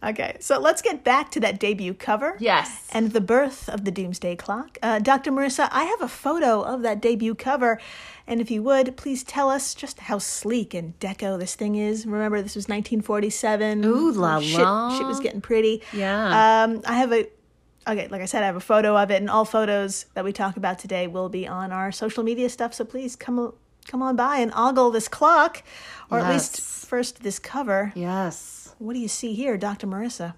[SPEAKER 7] Okay, so let's get back to that debut cover.
[SPEAKER 2] Yes.
[SPEAKER 7] and the birth of the Doomsday Clock. Uh, Dr. Marissa, I have a photo of that debut cover, and if you would, please tell us just how sleek and deco this thing is. Remember, this was 1947.
[SPEAKER 2] Ooh la
[SPEAKER 7] shit,
[SPEAKER 2] la.
[SPEAKER 7] Shit was getting pretty.
[SPEAKER 2] Yeah.
[SPEAKER 7] Um, I have a. Okay, like I said, I have a photo of it, and all photos that we talk about today will be on our social media stuff. So please come, come on by and ogle this clock, or at least
[SPEAKER 2] Yes.
[SPEAKER 7] first this cover.
[SPEAKER 2] Yes.
[SPEAKER 7] What do you see here, Dr. Marissa?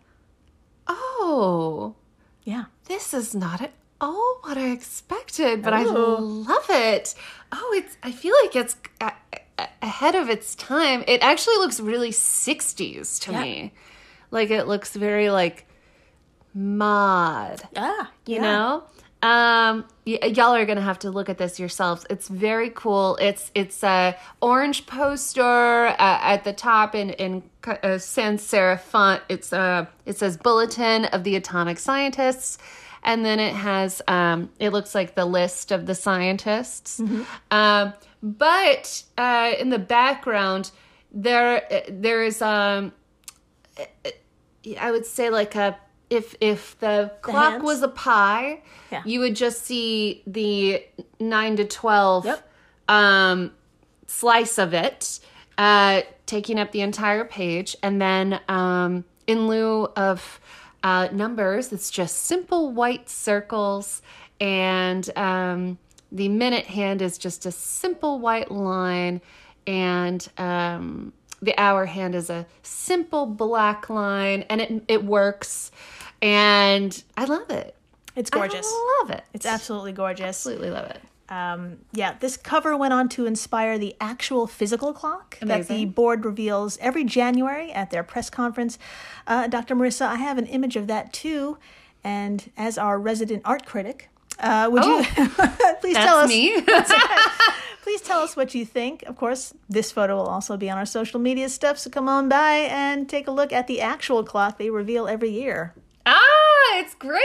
[SPEAKER 2] Oh,
[SPEAKER 7] Yeah,
[SPEAKER 2] this is not at all what I expected, but I love it. Oh, it's, I feel like it's a- a- ahead of its time. It actually looks really 60s to me. Like it looks very like mod.
[SPEAKER 7] yeah,
[SPEAKER 2] you know um y- y'all are gonna have to look at this yourselves it's very cool it's it's a orange poster uh, at the top in in c- uh, sans serif font it's uh it says bulletin of the atomic scientists and then it has um it looks like the list of the scientists um but uh in the background there uh, there is um I would say like a if if the clock
[SPEAKER 7] hands?
[SPEAKER 2] was a pie,
[SPEAKER 7] Yeah.
[SPEAKER 2] you would just see the nine to twelve
[SPEAKER 7] Yep.
[SPEAKER 2] um, slice of it, uh, taking up the entire page, and then um, in lieu of uh, numbers, it's just simple white circles, and um, the minute hand is just a simple white line, and um, the hour hand is a simple black line, and it it works, and I love it.
[SPEAKER 7] It's gorgeous.
[SPEAKER 2] I love it.
[SPEAKER 7] It's absolutely gorgeous. Um,
[SPEAKER 2] absolutely love it.
[SPEAKER 7] Yeah, this cover went on to inspire the actual physical clock that the
[SPEAKER 2] Amazing.
[SPEAKER 7] board reveals every January at their press conference. Uh, Dr. Marissa, I have an image of that too. And as our resident art critic, uh, would you <laughs> please tell
[SPEAKER 2] Oh, That's
[SPEAKER 7] us?
[SPEAKER 2] me.
[SPEAKER 7] Please tell us what you think. Of course, this photo will also be on our social media stuff, so come on by and take a look at the actual clock they reveal every year.
[SPEAKER 2] Ah, it's great.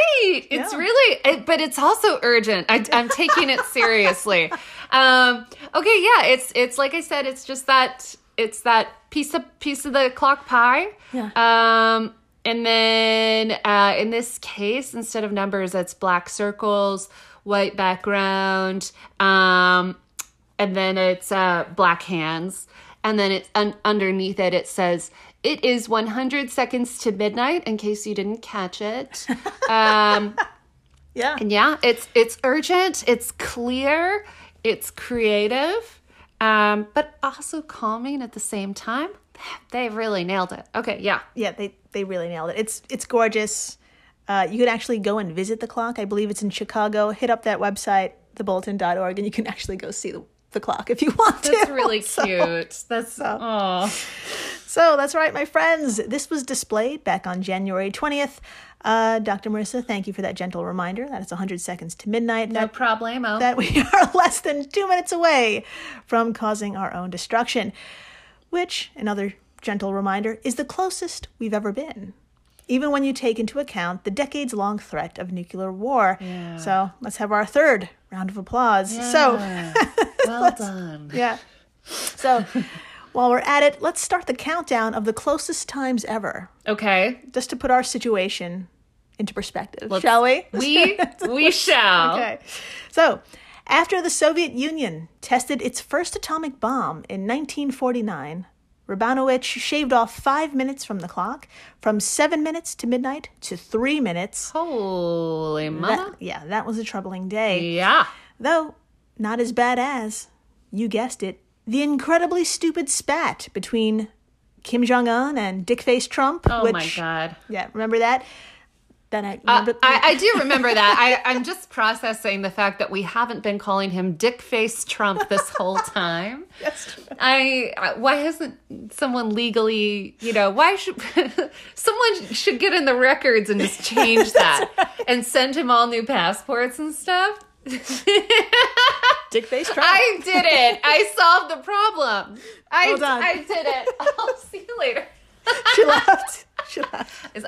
[SPEAKER 2] It's
[SPEAKER 7] Yeah.
[SPEAKER 2] really, it, but it's also urgent. I, I'm taking it
[SPEAKER 7] <laughs>
[SPEAKER 2] seriously. Um, okay, yeah, it's it's like I said, it's just that it's that piece of piece of the clock pie.
[SPEAKER 7] Yeah.
[SPEAKER 2] Um, and then uh, in this case, instead of numbers, it's black circles, white background, um, and then it's uh, black hands and then it's un- underneath it it says it is 100 seconds to midnight in case you didn't catch
[SPEAKER 7] <laughs>
[SPEAKER 2] it um,
[SPEAKER 7] Yeah.
[SPEAKER 2] and yeah it's it's urgent it's clear it's creative um, but also calming at the same time <sighs> they really nailed it okay yeah
[SPEAKER 7] <laughs> yeah, they they really nailed it. It's it's gorgeous. Uh, you could actually go and visit the clock. I believe it's in Chicago. Hit up that website, thebulletin.org, and you can <laughs> actually go see the, the clock if you want <laughs> to.
[SPEAKER 2] that's really
[SPEAKER 7] <laughs>
[SPEAKER 2] cute that's oh
[SPEAKER 7] So that's right, my friends. This was displayed back on January 20th. Uh, Dr. Marissa, thank you for that gentle reminder that it's 100 seconds to midnight.
[SPEAKER 2] no
[SPEAKER 7] That-
[SPEAKER 2] problemo
[SPEAKER 7] that we <laughs> are less than two minutes away from causing our own destruction, which, another gentle reminder, is the closest we've ever been, even when you take into account the decades long threat of nuclear war. So let's have our third round of applause. So, <laughs>
[SPEAKER 2] well done
[SPEAKER 7] yeah.
[SPEAKER 2] <laughs>
[SPEAKER 7] So, while we're at it, let's start the countdown of the closest times ever, <laughs>
[SPEAKER 2] okay
[SPEAKER 7] just to put our situation into perspective, shall we?
[SPEAKER 2] we we shall
[SPEAKER 7] Okay. So, after the Soviet Union tested its first atomic bomb in 1949, Rabanowitz shaved off five minutes from the clock, from seven minutes to midnight to three minutes.
[SPEAKER 2] Oh. holy mama
[SPEAKER 7] That- yeah, that was a troubling day.
[SPEAKER 2] yeah
[SPEAKER 7] Though, not as bad as, you guessed it, the incredibly stupid spat between Kim Jong un and dick face Trump.
[SPEAKER 2] Oh
[SPEAKER 7] which,
[SPEAKER 2] my god.
[SPEAKER 7] Yeah, remember that? Then I
[SPEAKER 2] Uh,
[SPEAKER 7] remember.
[SPEAKER 2] I, I do remember
[SPEAKER 7] <laughs>
[SPEAKER 2] that. I, I'm just processing the fact that we haven't been calling him Dick Face Trump this whole
[SPEAKER 7] <laughs>
[SPEAKER 2] time. That's true. I I- why hasn't someone legally, you know, why should <laughs> someone should get in the records and just
[SPEAKER 7] <laughs>
[SPEAKER 2] change that and send him all new passports and
[SPEAKER 7] <laughs>
[SPEAKER 2] stuff?
[SPEAKER 7] dick face <laughs> Trump.
[SPEAKER 2] I did it. I solved the problem. I
[SPEAKER 7] Well done.
[SPEAKER 2] I did it. <laughs> I'll see you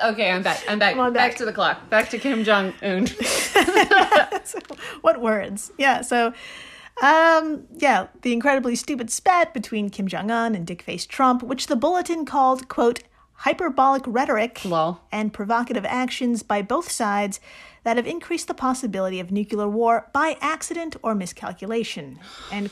[SPEAKER 2] Okay, I'm back. I'm back.
[SPEAKER 7] on
[SPEAKER 2] back.
[SPEAKER 7] back.
[SPEAKER 2] to the clock. Back to Kim Jong Un.
[SPEAKER 7] what words? Yeah, so um yeah, the incredibly stupid spat between Kim Jong Un and dick-faced Trump, which the bulletin called quote hyperbolic rhetoric
[SPEAKER 2] Lol.
[SPEAKER 7] and provocative actions by both sides that have increased the possibility of nuclear war by accident or miscalculation end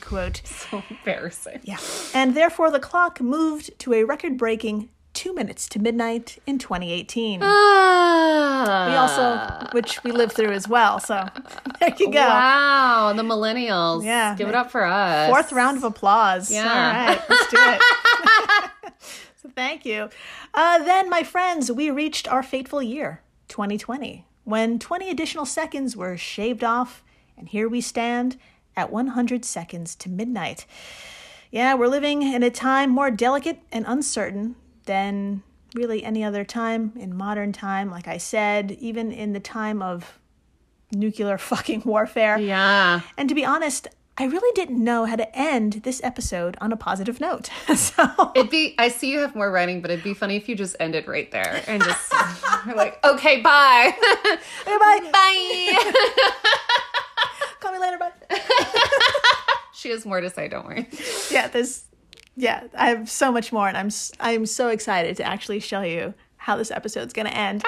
[SPEAKER 2] <laughs>
[SPEAKER 7] quote
[SPEAKER 2] Embarrassing.
[SPEAKER 7] yeah and therefore the clock moved to a record-breaking two minutes to midnight in 2018
[SPEAKER 2] Ah.
[SPEAKER 7] we also which we lived through as well so <laughs> there you go
[SPEAKER 2] Wow, the millennials.
[SPEAKER 7] Yeah.
[SPEAKER 2] Give it up for us.
[SPEAKER 7] Fourth round of applause.
[SPEAKER 2] Yeah.
[SPEAKER 7] All right, let's do it.
[SPEAKER 2] <laughs>
[SPEAKER 7] so thank you. Uh, then, my friends, we reached our fateful year, 2020, when 20 additional seconds were shaved off, and here we stand at 100 seconds to midnight. Yeah, we're living in a time more delicate and uncertain than really any other time in modern time, like I said, even in the time of nuclear <laughs> fucking warfare.
[SPEAKER 2] Yeah.
[SPEAKER 7] And to be honest, I really didn't know how to end this episode on a positive note. <laughs> so,
[SPEAKER 2] It'd be. I see you have more writing, but it'd be funny if you just ended right there and
[SPEAKER 7] <laughs>
[SPEAKER 2] just <laughs> we're like, okay, bye,
[SPEAKER 7] goodbye.
[SPEAKER 2] <laughs> bye.
[SPEAKER 7] Call me later. Bye.
[SPEAKER 2] she has more to say. Don't worry.
[SPEAKER 7] yeah, there's, yeah, I have so much more, and I'm s- I'm so excited to actually show you how this episode's gonna end.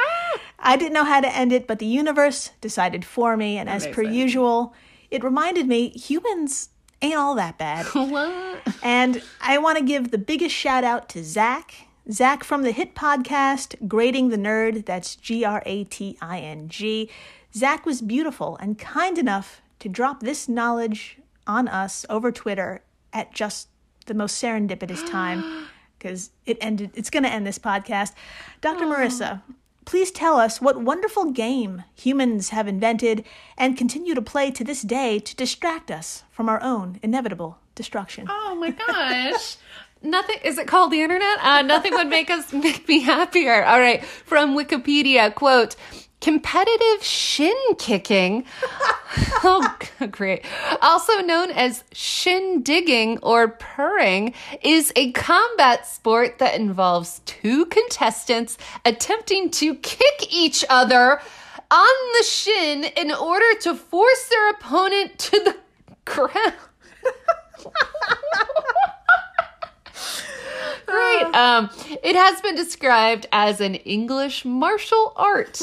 [SPEAKER 7] I didn't know how to end it, but the universe decided for me, and as per
[SPEAKER 2] Amazing.
[SPEAKER 7] usual, it reminded me humans ain't all that bad.
[SPEAKER 2] What?
[SPEAKER 7] And I want to give the biggest shout out to Zach. Zach from the hit podcast, Grading the Nerd. That's G R A T I N G. Zach was beautiful and kind enough to drop this knowledge on us over Twitter at just the most serendipitous time because it ended it's going to end this podcast dr marissa please tell us what wonderful game humans have invented and continue to play to this day to distract us from our own inevitable destruction
[SPEAKER 2] Oh my gosh. Nothing is it called the internet? Uh, nothing would make us make me happier. All right, from Wikipedia quote: competitive shin kicking. <laughs> oh, g- great. Also known as shin digging or purring, is a combat sport that involves two contestants attempting to kick each other on the shin in order to force their opponent to the <laughs> ground. Great. Um, it has been described as an English martial art.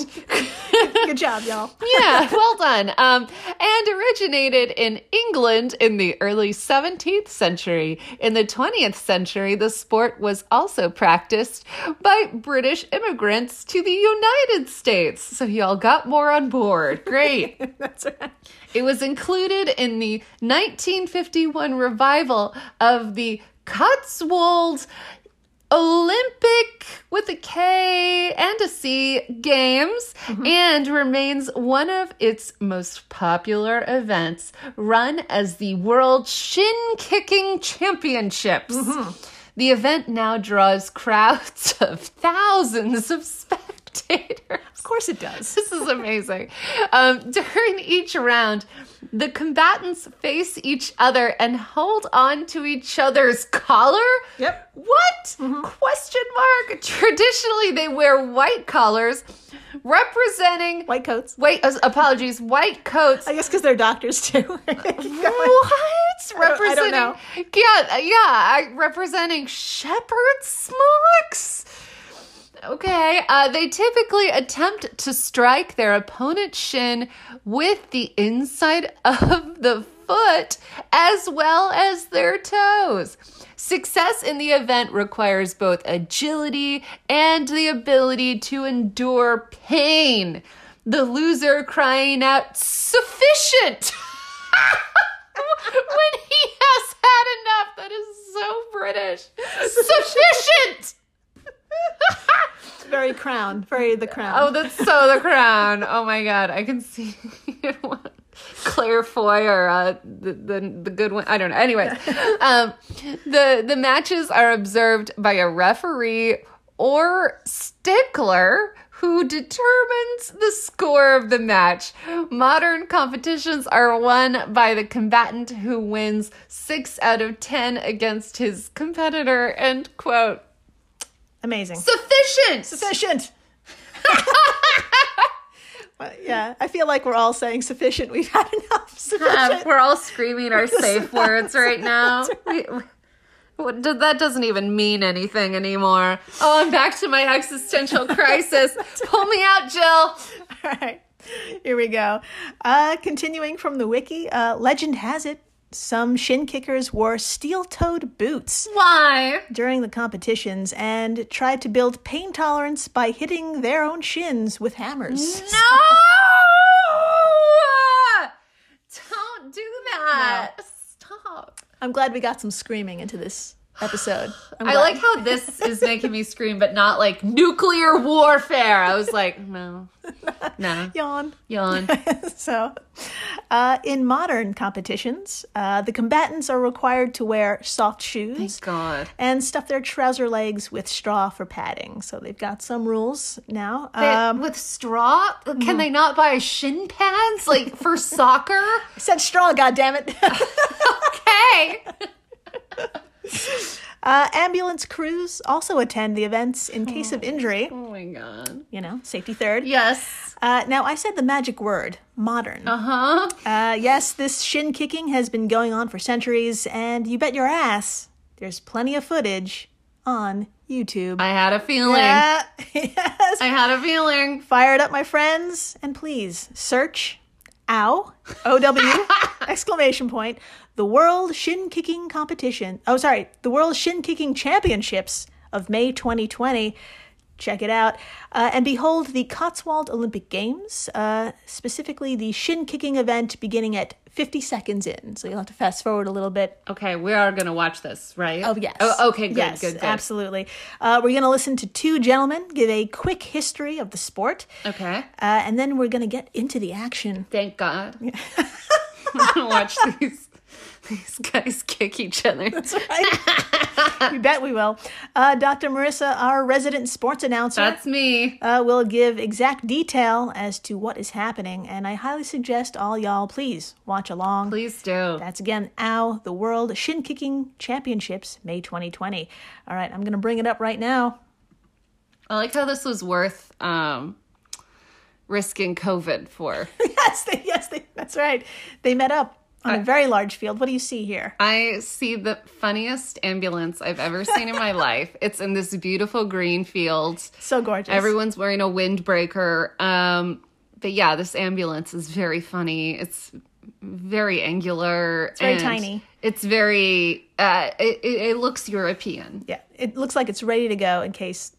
[SPEAKER 7] good job y'all
[SPEAKER 2] yeah, well done. Um, and originated in England in the early 17th century. In the 20th century, the sport was also practiced by British immigrants to the United States. So y'all got more on board. Great.
[SPEAKER 7] that's right
[SPEAKER 2] It was included in the 1951 revival of the Cotswold Olympic with a K and a C games and remains one of its most popular events, run as the World Shin Kicking Championships. The event now draws crowds of thousands of spectators.
[SPEAKER 7] of course it does
[SPEAKER 2] This is amazing. Um, during each round, the combatants face each other and hold on to each other's collar.
[SPEAKER 7] Yep. Mm-hmm.
[SPEAKER 2] What? Question mark. Traditionally, they wear white collars, representing
[SPEAKER 7] white coats
[SPEAKER 2] Wait, uh, apologies, white coats.
[SPEAKER 7] i guess because they're doctors too <laughs>
[SPEAKER 2] What?
[SPEAKER 7] I don't
[SPEAKER 2] Representing?
[SPEAKER 7] know.
[SPEAKER 2] Yeah, yeah. I representing shepherd smocks. Okay. Uh, they typically attempt to strike their opponent's shin with the inside of the foot as well as their toes. Success in the event requires both agility and the ability to endure pain. The loser crying out, sufficient! <laughs> when he has had enough. That is so British. Sufficient. <laughs>
[SPEAKER 7] very crown very the crown
[SPEAKER 2] Oh, that's so the crown. Oh my god, I can see <laughs> Claire Foy or uh, the, the the good one. I don't know. Anyways, um, the the matches are observed by a referee or stickler who determines the score of the match. Modern competitions are won by the combatant who wins six out of ten against his competitor. End quote.
[SPEAKER 7] amazing
[SPEAKER 2] Sufficient.
[SPEAKER 7] <laughs> sufficient But yeah, I feel like we're all saying sufficient. We've had enough.
[SPEAKER 2] Um,
[SPEAKER 7] Sufficient.
[SPEAKER 2] we're all screaming
[SPEAKER 7] <laughs>
[SPEAKER 2] our safe words right now. We- we- what- do- that doesn't even mean anything anymore. Oh, I'm back to my
[SPEAKER 7] <laughs>
[SPEAKER 2] existential crisis. Pull me out, Jill.
[SPEAKER 7] All right, here we go. Uh, continuing from the wiki, uh, legend has it some shin kickers wore steel toed boots
[SPEAKER 2] Why?
[SPEAKER 7] during the competitions and tried to build pain tolerance by hitting their own shins with hammers.
[SPEAKER 2] No! Don't do that. Stop.
[SPEAKER 7] I'm glad we got some screaming into this episode. I'm
[SPEAKER 2] I
[SPEAKER 7] glad.
[SPEAKER 2] like how this is making me scream, but not like nuclear warfare. I was like,
[SPEAKER 7] <laughs>
[SPEAKER 2] no, no,
[SPEAKER 7] yawn. <laughs>
[SPEAKER 2] yawn.
[SPEAKER 7] So, uh, in modern competitions, uh, the combatants are required to wear soft shoes
[SPEAKER 2] God.
[SPEAKER 7] and stuff their trouser legs with straw for padding. So they've got some rules now.
[SPEAKER 2] But
[SPEAKER 7] Um, Mm.
[SPEAKER 2] with straw? Can they not buy shin pads like for soccer?
[SPEAKER 7] <laughs> I said straw, goddammit. <laughs>
[SPEAKER 2] Okay.
[SPEAKER 7] uh, ambulance crews also attend the events in case of injury.
[SPEAKER 2] Oh my god.
[SPEAKER 7] You know, safety third.
[SPEAKER 2] Yes.
[SPEAKER 7] Uh, now, I said the magic word, modern. Uh-huh. yes, this shin kicking has been going on for centuries, and you bet your ass there's plenty of footage on YouTube.
[SPEAKER 2] I had a feeling.
[SPEAKER 7] Yeah, <laughs> yes.
[SPEAKER 2] I had a feeling.
[SPEAKER 7] Fire it up, my friends, and please search ow
[SPEAKER 2] <laughs>
[SPEAKER 7] ow exclamation point the world shin kicking competition. Oh, sorry, the world shin kicking championships of May 2020. Check it out uh, and behold the Cotswold Olympic Games, uh, specifically the shin kicking event beginning at 50 seconds in. So you'll have to fast forward a little bit.
[SPEAKER 2] Okay, we are gonna watch this, right?
[SPEAKER 7] Oh, yes.
[SPEAKER 2] Oh, okay, good,
[SPEAKER 7] Yes,
[SPEAKER 2] good, good.
[SPEAKER 7] Absolutely. Uh, we're going to listen to two gentlemen give a quick history of the sport, uh,
[SPEAKER 2] Okay.
[SPEAKER 7] and then we're going to get into the action.
[SPEAKER 2] Thank God. I <laughs> wanna watch these these guys kick each
[SPEAKER 7] <laughs>
[SPEAKER 2] other.
[SPEAKER 7] Right? you bet we will. Uh, Dr. Marissa, our resident sports announcer,
[SPEAKER 2] That's me.
[SPEAKER 7] uh, will give exact detail as to what is happening, and I highly suggest all y'all please watch along.
[SPEAKER 2] Please do.
[SPEAKER 7] That's again, OW, the World Shin Kicking Championships, May 2020. All right, I'm going to bring it up right now. <laughs>
[SPEAKER 2] I like how this was worth um risking COVID for.
[SPEAKER 7] Yes, they, yes, they, that's right. They met up on
[SPEAKER 2] Uh.
[SPEAKER 7] a very large field. What do you see here?
[SPEAKER 2] I see the funniest ambulance I've ever seen in
[SPEAKER 7] <laughs>
[SPEAKER 2] my life. It's in this beautiful green field.
[SPEAKER 7] So gorgeous.
[SPEAKER 2] Everyone's wearing a windbreaker. Um, but yeah, this ambulance is very funny. It's very angular. It's
[SPEAKER 7] very tiny.
[SPEAKER 2] It's very. Uh, it, it, it looks European.
[SPEAKER 7] yeah, it looks like it's ready to go in case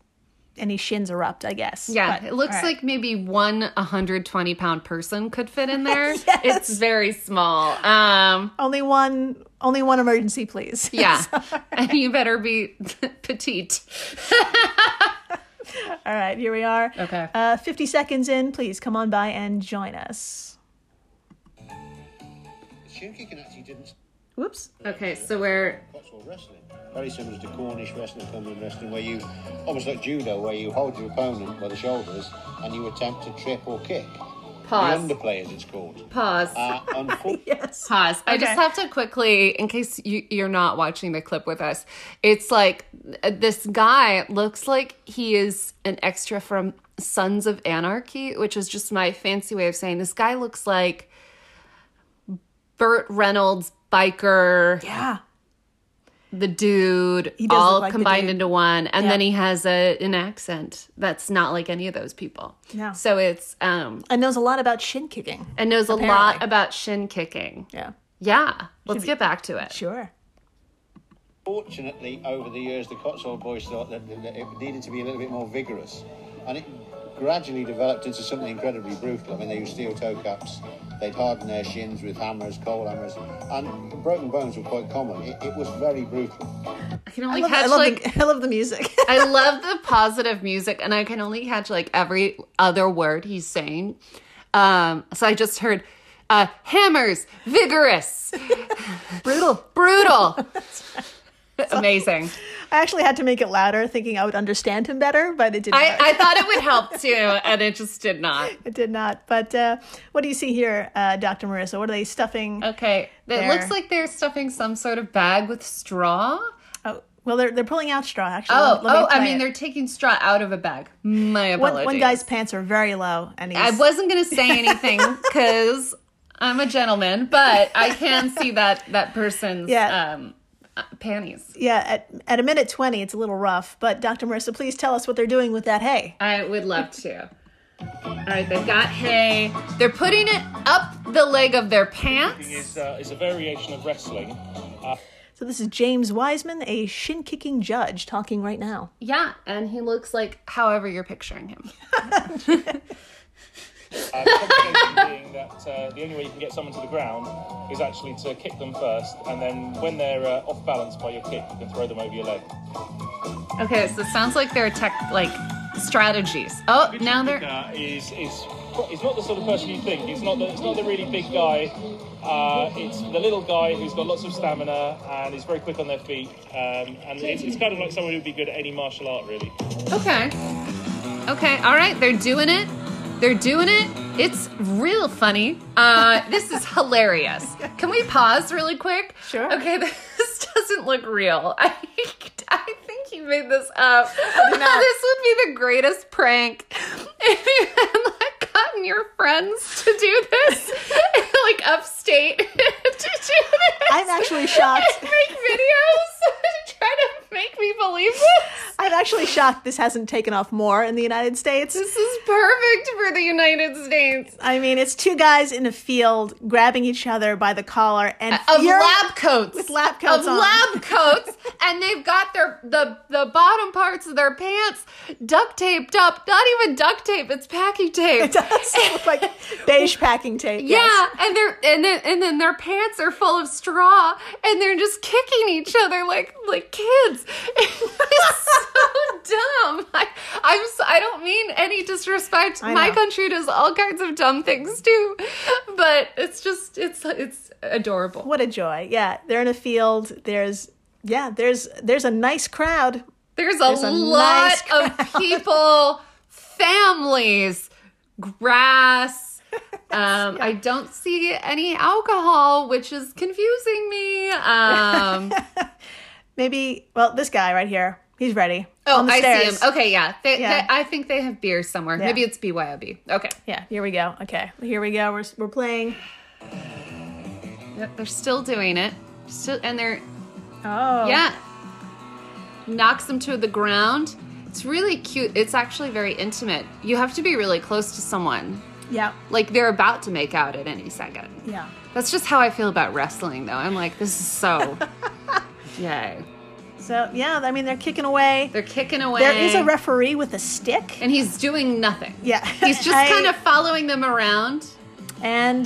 [SPEAKER 7] any shins erupt. I guess.
[SPEAKER 2] Yeah,
[SPEAKER 7] But-
[SPEAKER 2] it looks
[SPEAKER 7] all right.
[SPEAKER 2] like maybe one 120 pound person could fit in
[SPEAKER 7] <laughs>
[SPEAKER 2] there. It's very small. Um,
[SPEAKER 7] only one, only one emergency, please. <laughs>
[SPEAKER 2] yeah, <laughs> and you better be <laughs> petite.
[SPEAKER 7] All right, here we are.
[SPEAKER 2] Okay.
[SPEAKER 7] Uh, Fifty seconds in, please come on by and join us.
[SPEAKER 8] Shin kicking actually didn't
[SPEAKER 7] Whoops.
[SPEAKER 2] Okay, so we're
[SPEAKER 8] Cotswold wrestling. Very similar to Cornish wrestling, Cumbrian wrestling, where you almost like judo, where you hold your opponent by the shoulders and you attempt to trip or kick.
[SPEAKER 2] pause.
[SPEAKER 8] The underplay, as it's called.
[SPEAKER 2] Pause.
[SPEAKER 7] <laughs>
[SPEAKER 8] Uh, unfortunately,
[SPEAKER 2] pause. I just
[SPEAKER 7] Okay.
[SPEAKER 2] have to quickly, in case you, you're not watching the clip with us, it's like uh, this guy looks like he is an extra from Sons of Anarchy, which is just my fancy way of saying this guy looks like Burt Reynolds, biker,
[SPEAKER 7] Yeah.
[SPEAKER 2] the dude,
[SPEAKER 7] does look
[SPEAKER 2] all
[SPEAKER 7] like the
[SPEAKER 2] combined
[SPEAKER 7] dude.
[SPEAKER 2] into one. And then he has a, an accent that's not like any of those people.
[SPEAKER 7] No.
[SPEAKER 2] So it's, um,
[SPEAKER 7] And knows a lot about shin kicking.
[SPEAKER 2] and knows a lot
[SPEAKER 7] Apparently.
[SPEAKER 2] about shin kicking.
[SPEAKER 7] Yeah.
[SPEAKER 2] Yeah. Let's get back to it.
[SPEAKER 7] Sure.
[SPEAKER 8] fortunately, over the years, the Cotswold boys thought that, that it needed to be a little bit more vigorous, and it gradually developed into something incredibly brutal. I mean, they used steel toe caps, they'd harden their shins with hammers, coal hammers, and broken bones were quite common. It, it was very brutal.
[SPEAKER 2] I can only
[SPEAKER 7] I love, I
[SPEAKER 2] catch
[SPEAKER 7] love
[SPEAKER 2] like
[SPEAKER 7] the, <laughs> I love the music.
[SPEAKER 2] I love the positive music, and I can only catch like every other word he's saying. Um, so I just heard uh, hammers,
[SPEAKER 7] <laughs>
[SPEAKER 2] vigorous, brutal, brutal, <laughs> amazing.
[SPEAKER 7] I actually had to make it louder, thinking I would understand him better, but it didn't.
[SPEAKER 2] I,
[SPEAKER 7] work.
[SPEAKER 2] I thought it would help too, and it just did not.
[SPEAKER 7] it did not. But uh, what do you see here, uh, Dr. Marissa? What are they stuffing?
[SPEAKER 2] Okay, it
[SPEAKER 7] There.
[SPEAKER 2] looks like they're stuffing some sort of bag with straw.
[SPEAKER 7] Oh, Well, they're they're pulling out straw actually.
[SPEAKER 2] Oh,
[SPEAKER 7] Let me
[SPEAKER 2] oh, I
[SPEAKER 7] play
[SPEAKER 2] mean,
[SPEAKER 7] it.
[SPEAKER 2] they're taking straw out of a bag. My
[SPEAKER 7] One-
[SPEAKER 2] apologies.
[SPEAKER 7] one, guy's pants are very low, and he's
[SPEAKER 2] I wasn't going to say
[SPEAKER 7] <laughs>
[SPEAKER 2] anything because I'm a gentleman, but I can see that that person's
[SPEAKER 7] Yeah.
[SPEAKER 2] um, uh, panties.
[SPEAKER 7] yeah at at a minute twenty. It's a little rough, but Dr. Marissa, please tell us what they're doing with that hay.
[SPEAKER 2] I would love to. All right, they've got hay. They're putting it up the leg of their pants.
[SPEAKER 6] It's, uh, it's a variation of wrestling. Uh,
[SPEAKER 7] So this is James Wiseman, a shin kicking judge, talking right now.
[SPEAKER 2] Yeah, and he looks like however you're picturing
[SPEAKER 7] <laughs>
[SPEAKER 2] him.
[SPEAKER 6] uh, <laughs> the complication being that uh, the only way you can get someone to the ground is actually to kick them first, and then when they're uh, off balance by your kick, you can throw them over your leg.
[SPEAKER 2] Okay, so it sounds like they're tech like strategies. Oh, now they're
[SPEAKER 6] Uh, is is is not the sort of person you think. It's not the it's not the really big guy. Uh, it's the little guy who's got lots of stamina and is very quick on their feet. Um, and it's, it's kind of like someone who'd be good at any martial art, really.
[SPEAKER 2] Okay. Okay. All right. They're doing it. They're doing it. It's real funny. Uh, this is hilarious. Can we pause really quick?
[SPEAKER 7] Sure.
[SPEAKER 2] Okay. <laughs> This doesn't look real. I, I think you made this up.
[SPEAKER 7] not.
[SPEAKER 2] this would be the greatest prank if you had like, gotten your friends to do this, <laughs> like upstate <laughs> to do this.
[SPEAKER 7] I'm actually shocked.
[SPEAKER 2] And <laughs> make videos <laughs> to try to make me believe this.
[SPEAKER 7] I'm actually shocked this hasn't taken off more in the United States.
[SPEAKER 2] This is perfect for the United States.
[SPEAKER 7] I mean, it's two guys in a field grabbing each other by the collar and
[SPEAKER 2] Of
[SPEAKER 7] furi-
[SPEAKER 2] lab coats.
[SPEAKER 7] With lab coats
[SPEAKER 2] Of
[SPEAKER 7] on.
[SPEAKER 2] lab coats. and they've got their the the bottom parts of their pants duct taped up. Not even duct tape, it's packing tape.
[SPEAKER 7] It does look like beige packing tape.
[SPEAKER 2] Yeah,
[SPEAKER 7] yes.
[SPEAKER 2] and they're and then and then their pants are full of straw, and they're just kicking each other like like kids. <laughs> It's
[SPEAKER 7] <laughs>
[SPEAKER 2] so dumb. I, I'm so, I don't mean any disrespect.
[SPEAKER 7] I
[SPEAKER 2] My
[SPEAKER 7] know.
[SPEAKER 2] country does all kinds of dumb things too, but it's just it's it's adorable.
[SPEAKER 7] What a joy. Yeah, they're in a field. There's yeah, there's there's a nice crowd.
[SPEAKER 2] There's a
[SPEAKER 7] a
[SPEAKER 2] lot
[SPEAKER 7] nice <laughs>
[SPEAKER 2] of people, families,
[SPEAKER 7] <laughs>
[SPEAKER 2] grass. Um, I don't see any alcohol, which is confusing
[SPEAKER 7] <laughs>
[SPEAKER 2] me. Um,
[SPEAKER 7] Maybe well, this guy right here, he's ready.
[SPEAKER 2] oh,
[SPEAKER 7] on the
[SPEAKER 2] I
[SPEAKER 7] stairs.
[SPEAKER 2] see him. Okay, yeah. They, they-
[SPEAKER 7] Yeah.
[SPEAKER 2] I think they have beer somewhere. Maybe it's BYOB. Okay.
[SPEAKER 7] Yeah, here we go. Okay, here we go. We're we're playing.
[SPEAKER 2] Yep, They're still doing it. Still, and they're,
[SPEAKER 7] Oh,
[SPEAKER 2] yeah. Knocks them to the ground. It's really cute. It's actually very intimate. You have to be really close to someone.
[SPEAKER 7] yeah,
[SPEAKER 2] Like they're about to make out at any second.
[SPEAKER 7] yeah.
[SPEAKER 2] That's just how I feel about wrestling, though. I'm like, this is
[SPEAKER 7] <laughs>
[SPEAKER 2] so. Yay.
[SPEAKER 7] So yeah, I mean they're kicking away.
[SPEAKER 2] They're kicking away.
[SPEAKER 7] There is a referee with a stick,
[SPEAKER 2] And he's doing nothing.
[SPEAKER 7] Yeah.
[SPEAKER 2] He's just
[SPEAKER 7] <laughs> I-
[SPEAKER 2] kind of following them around.
[SPEAKER 7] and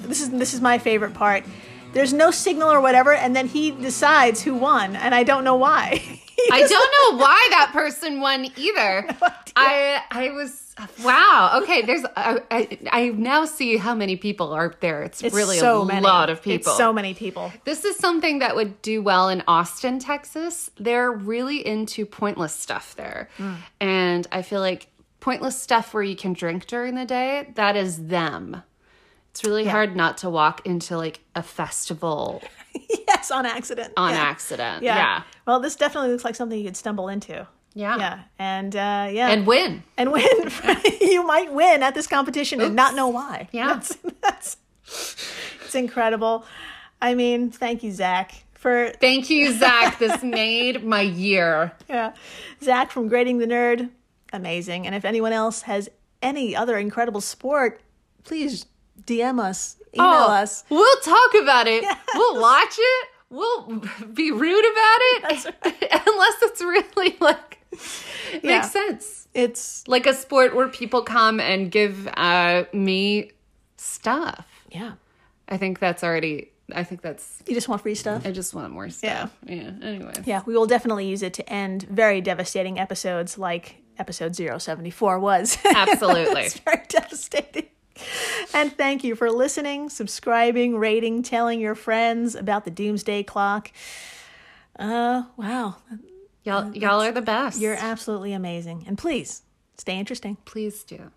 [SPEAKER 7] this is this is my favorite part. There's no signal or whatever, and then he decides who won, and I don't know why. <laughs> He
[SPEAKER 2] I
[SPEAKER 7] just-
[SPEAKER 2] don't know why that person won either.
[SPEAKER 7] <laughs>
[SPEAKER 2] I I was wow. Okay, there's I, I I now see how many people are there. It's,
[SPEAKER 7] It's
[SPEAKER 2] really
[SPEAKER 7] so
[SPEAKER 2] a
[SPEAKER 7] many.
[SPEAKER 2] lot of people.
[SPEAKER 7] It's so many people. <laughs>
[SPEAKER 2] This is something that would do well in Austin, Texas. They're really into pointless stuff there.
[SPEAKER 7] Hmm.
[SPEAKER 2] And I feel like pointless stuff where you can drink during the day, that is them. It's really hard not to walk into like a festival
[SPEAKER 7] Yes, on accident.
[SPEAKER 2] on
[SPEAKER 7] Yeah.
[SPEAKER 2] accident.
[SPEAKER 7] Yeah.
[SPEAKER 2] Yeah. yeah.
[SPEAKER 7] Well, this definitely looks like something you could stumble into. Yeah. And uh, yeah.
[SPEAKER 2] And win.
[SPEAKER 7] and <laughs> win. you might win at this competition and not know why.
[SPEAKER 2] Yeah.
[SPEAKER 7] That's, that's it's incredible. I mean, thank you, Zach, for
[SPEAKER 2] Thank you,
[SPEAKER 7] <laughs>
[SPEAKER 2] Zach. this made my year.
[SPEAKER 7] yeah. Zach from Grading the Nerd. Amazing. And if anyone else has any other incredible sport, please DM us, email
[SPEAKER 2] Oh,
[SPEAKER 7] us.
[SPEAKER 2] We'll talk about it. We'll watch it. We'll be rude about it. <laughs> Unless it's really like
[SPEAKER 7] Yeah.
[SPEAKER 2] makes sense.
[SPEAKER 7] It's
[SPEAKER 2] like a sport where people come and give uh, me stuff.
[SPEAKER 7] yeah.
[SPEAKER 2] I think that's already. I think that's.
[SPEAKER 7] You just want free stuff.
[SPEAKER 2] I just want more stuff. Yeah. Anyway.
[SPEAKER 7] Yeah, <laughs> we will definitely use it to end very devastating episodes like episode 074 was. <laughs>
[SPEAKER 2] Absolutely.
[SPEAKER 7] it's very devastating. And thank you for listening, subscribing, rating, telling your friends about the doomsday clock. Uh, wow,
[SPEAKER 2] Y'all, y'all are the best.
[SPEAKER 7] you're absolutely amazing. And please stay interesting.
[SPEAKER 2] Please do.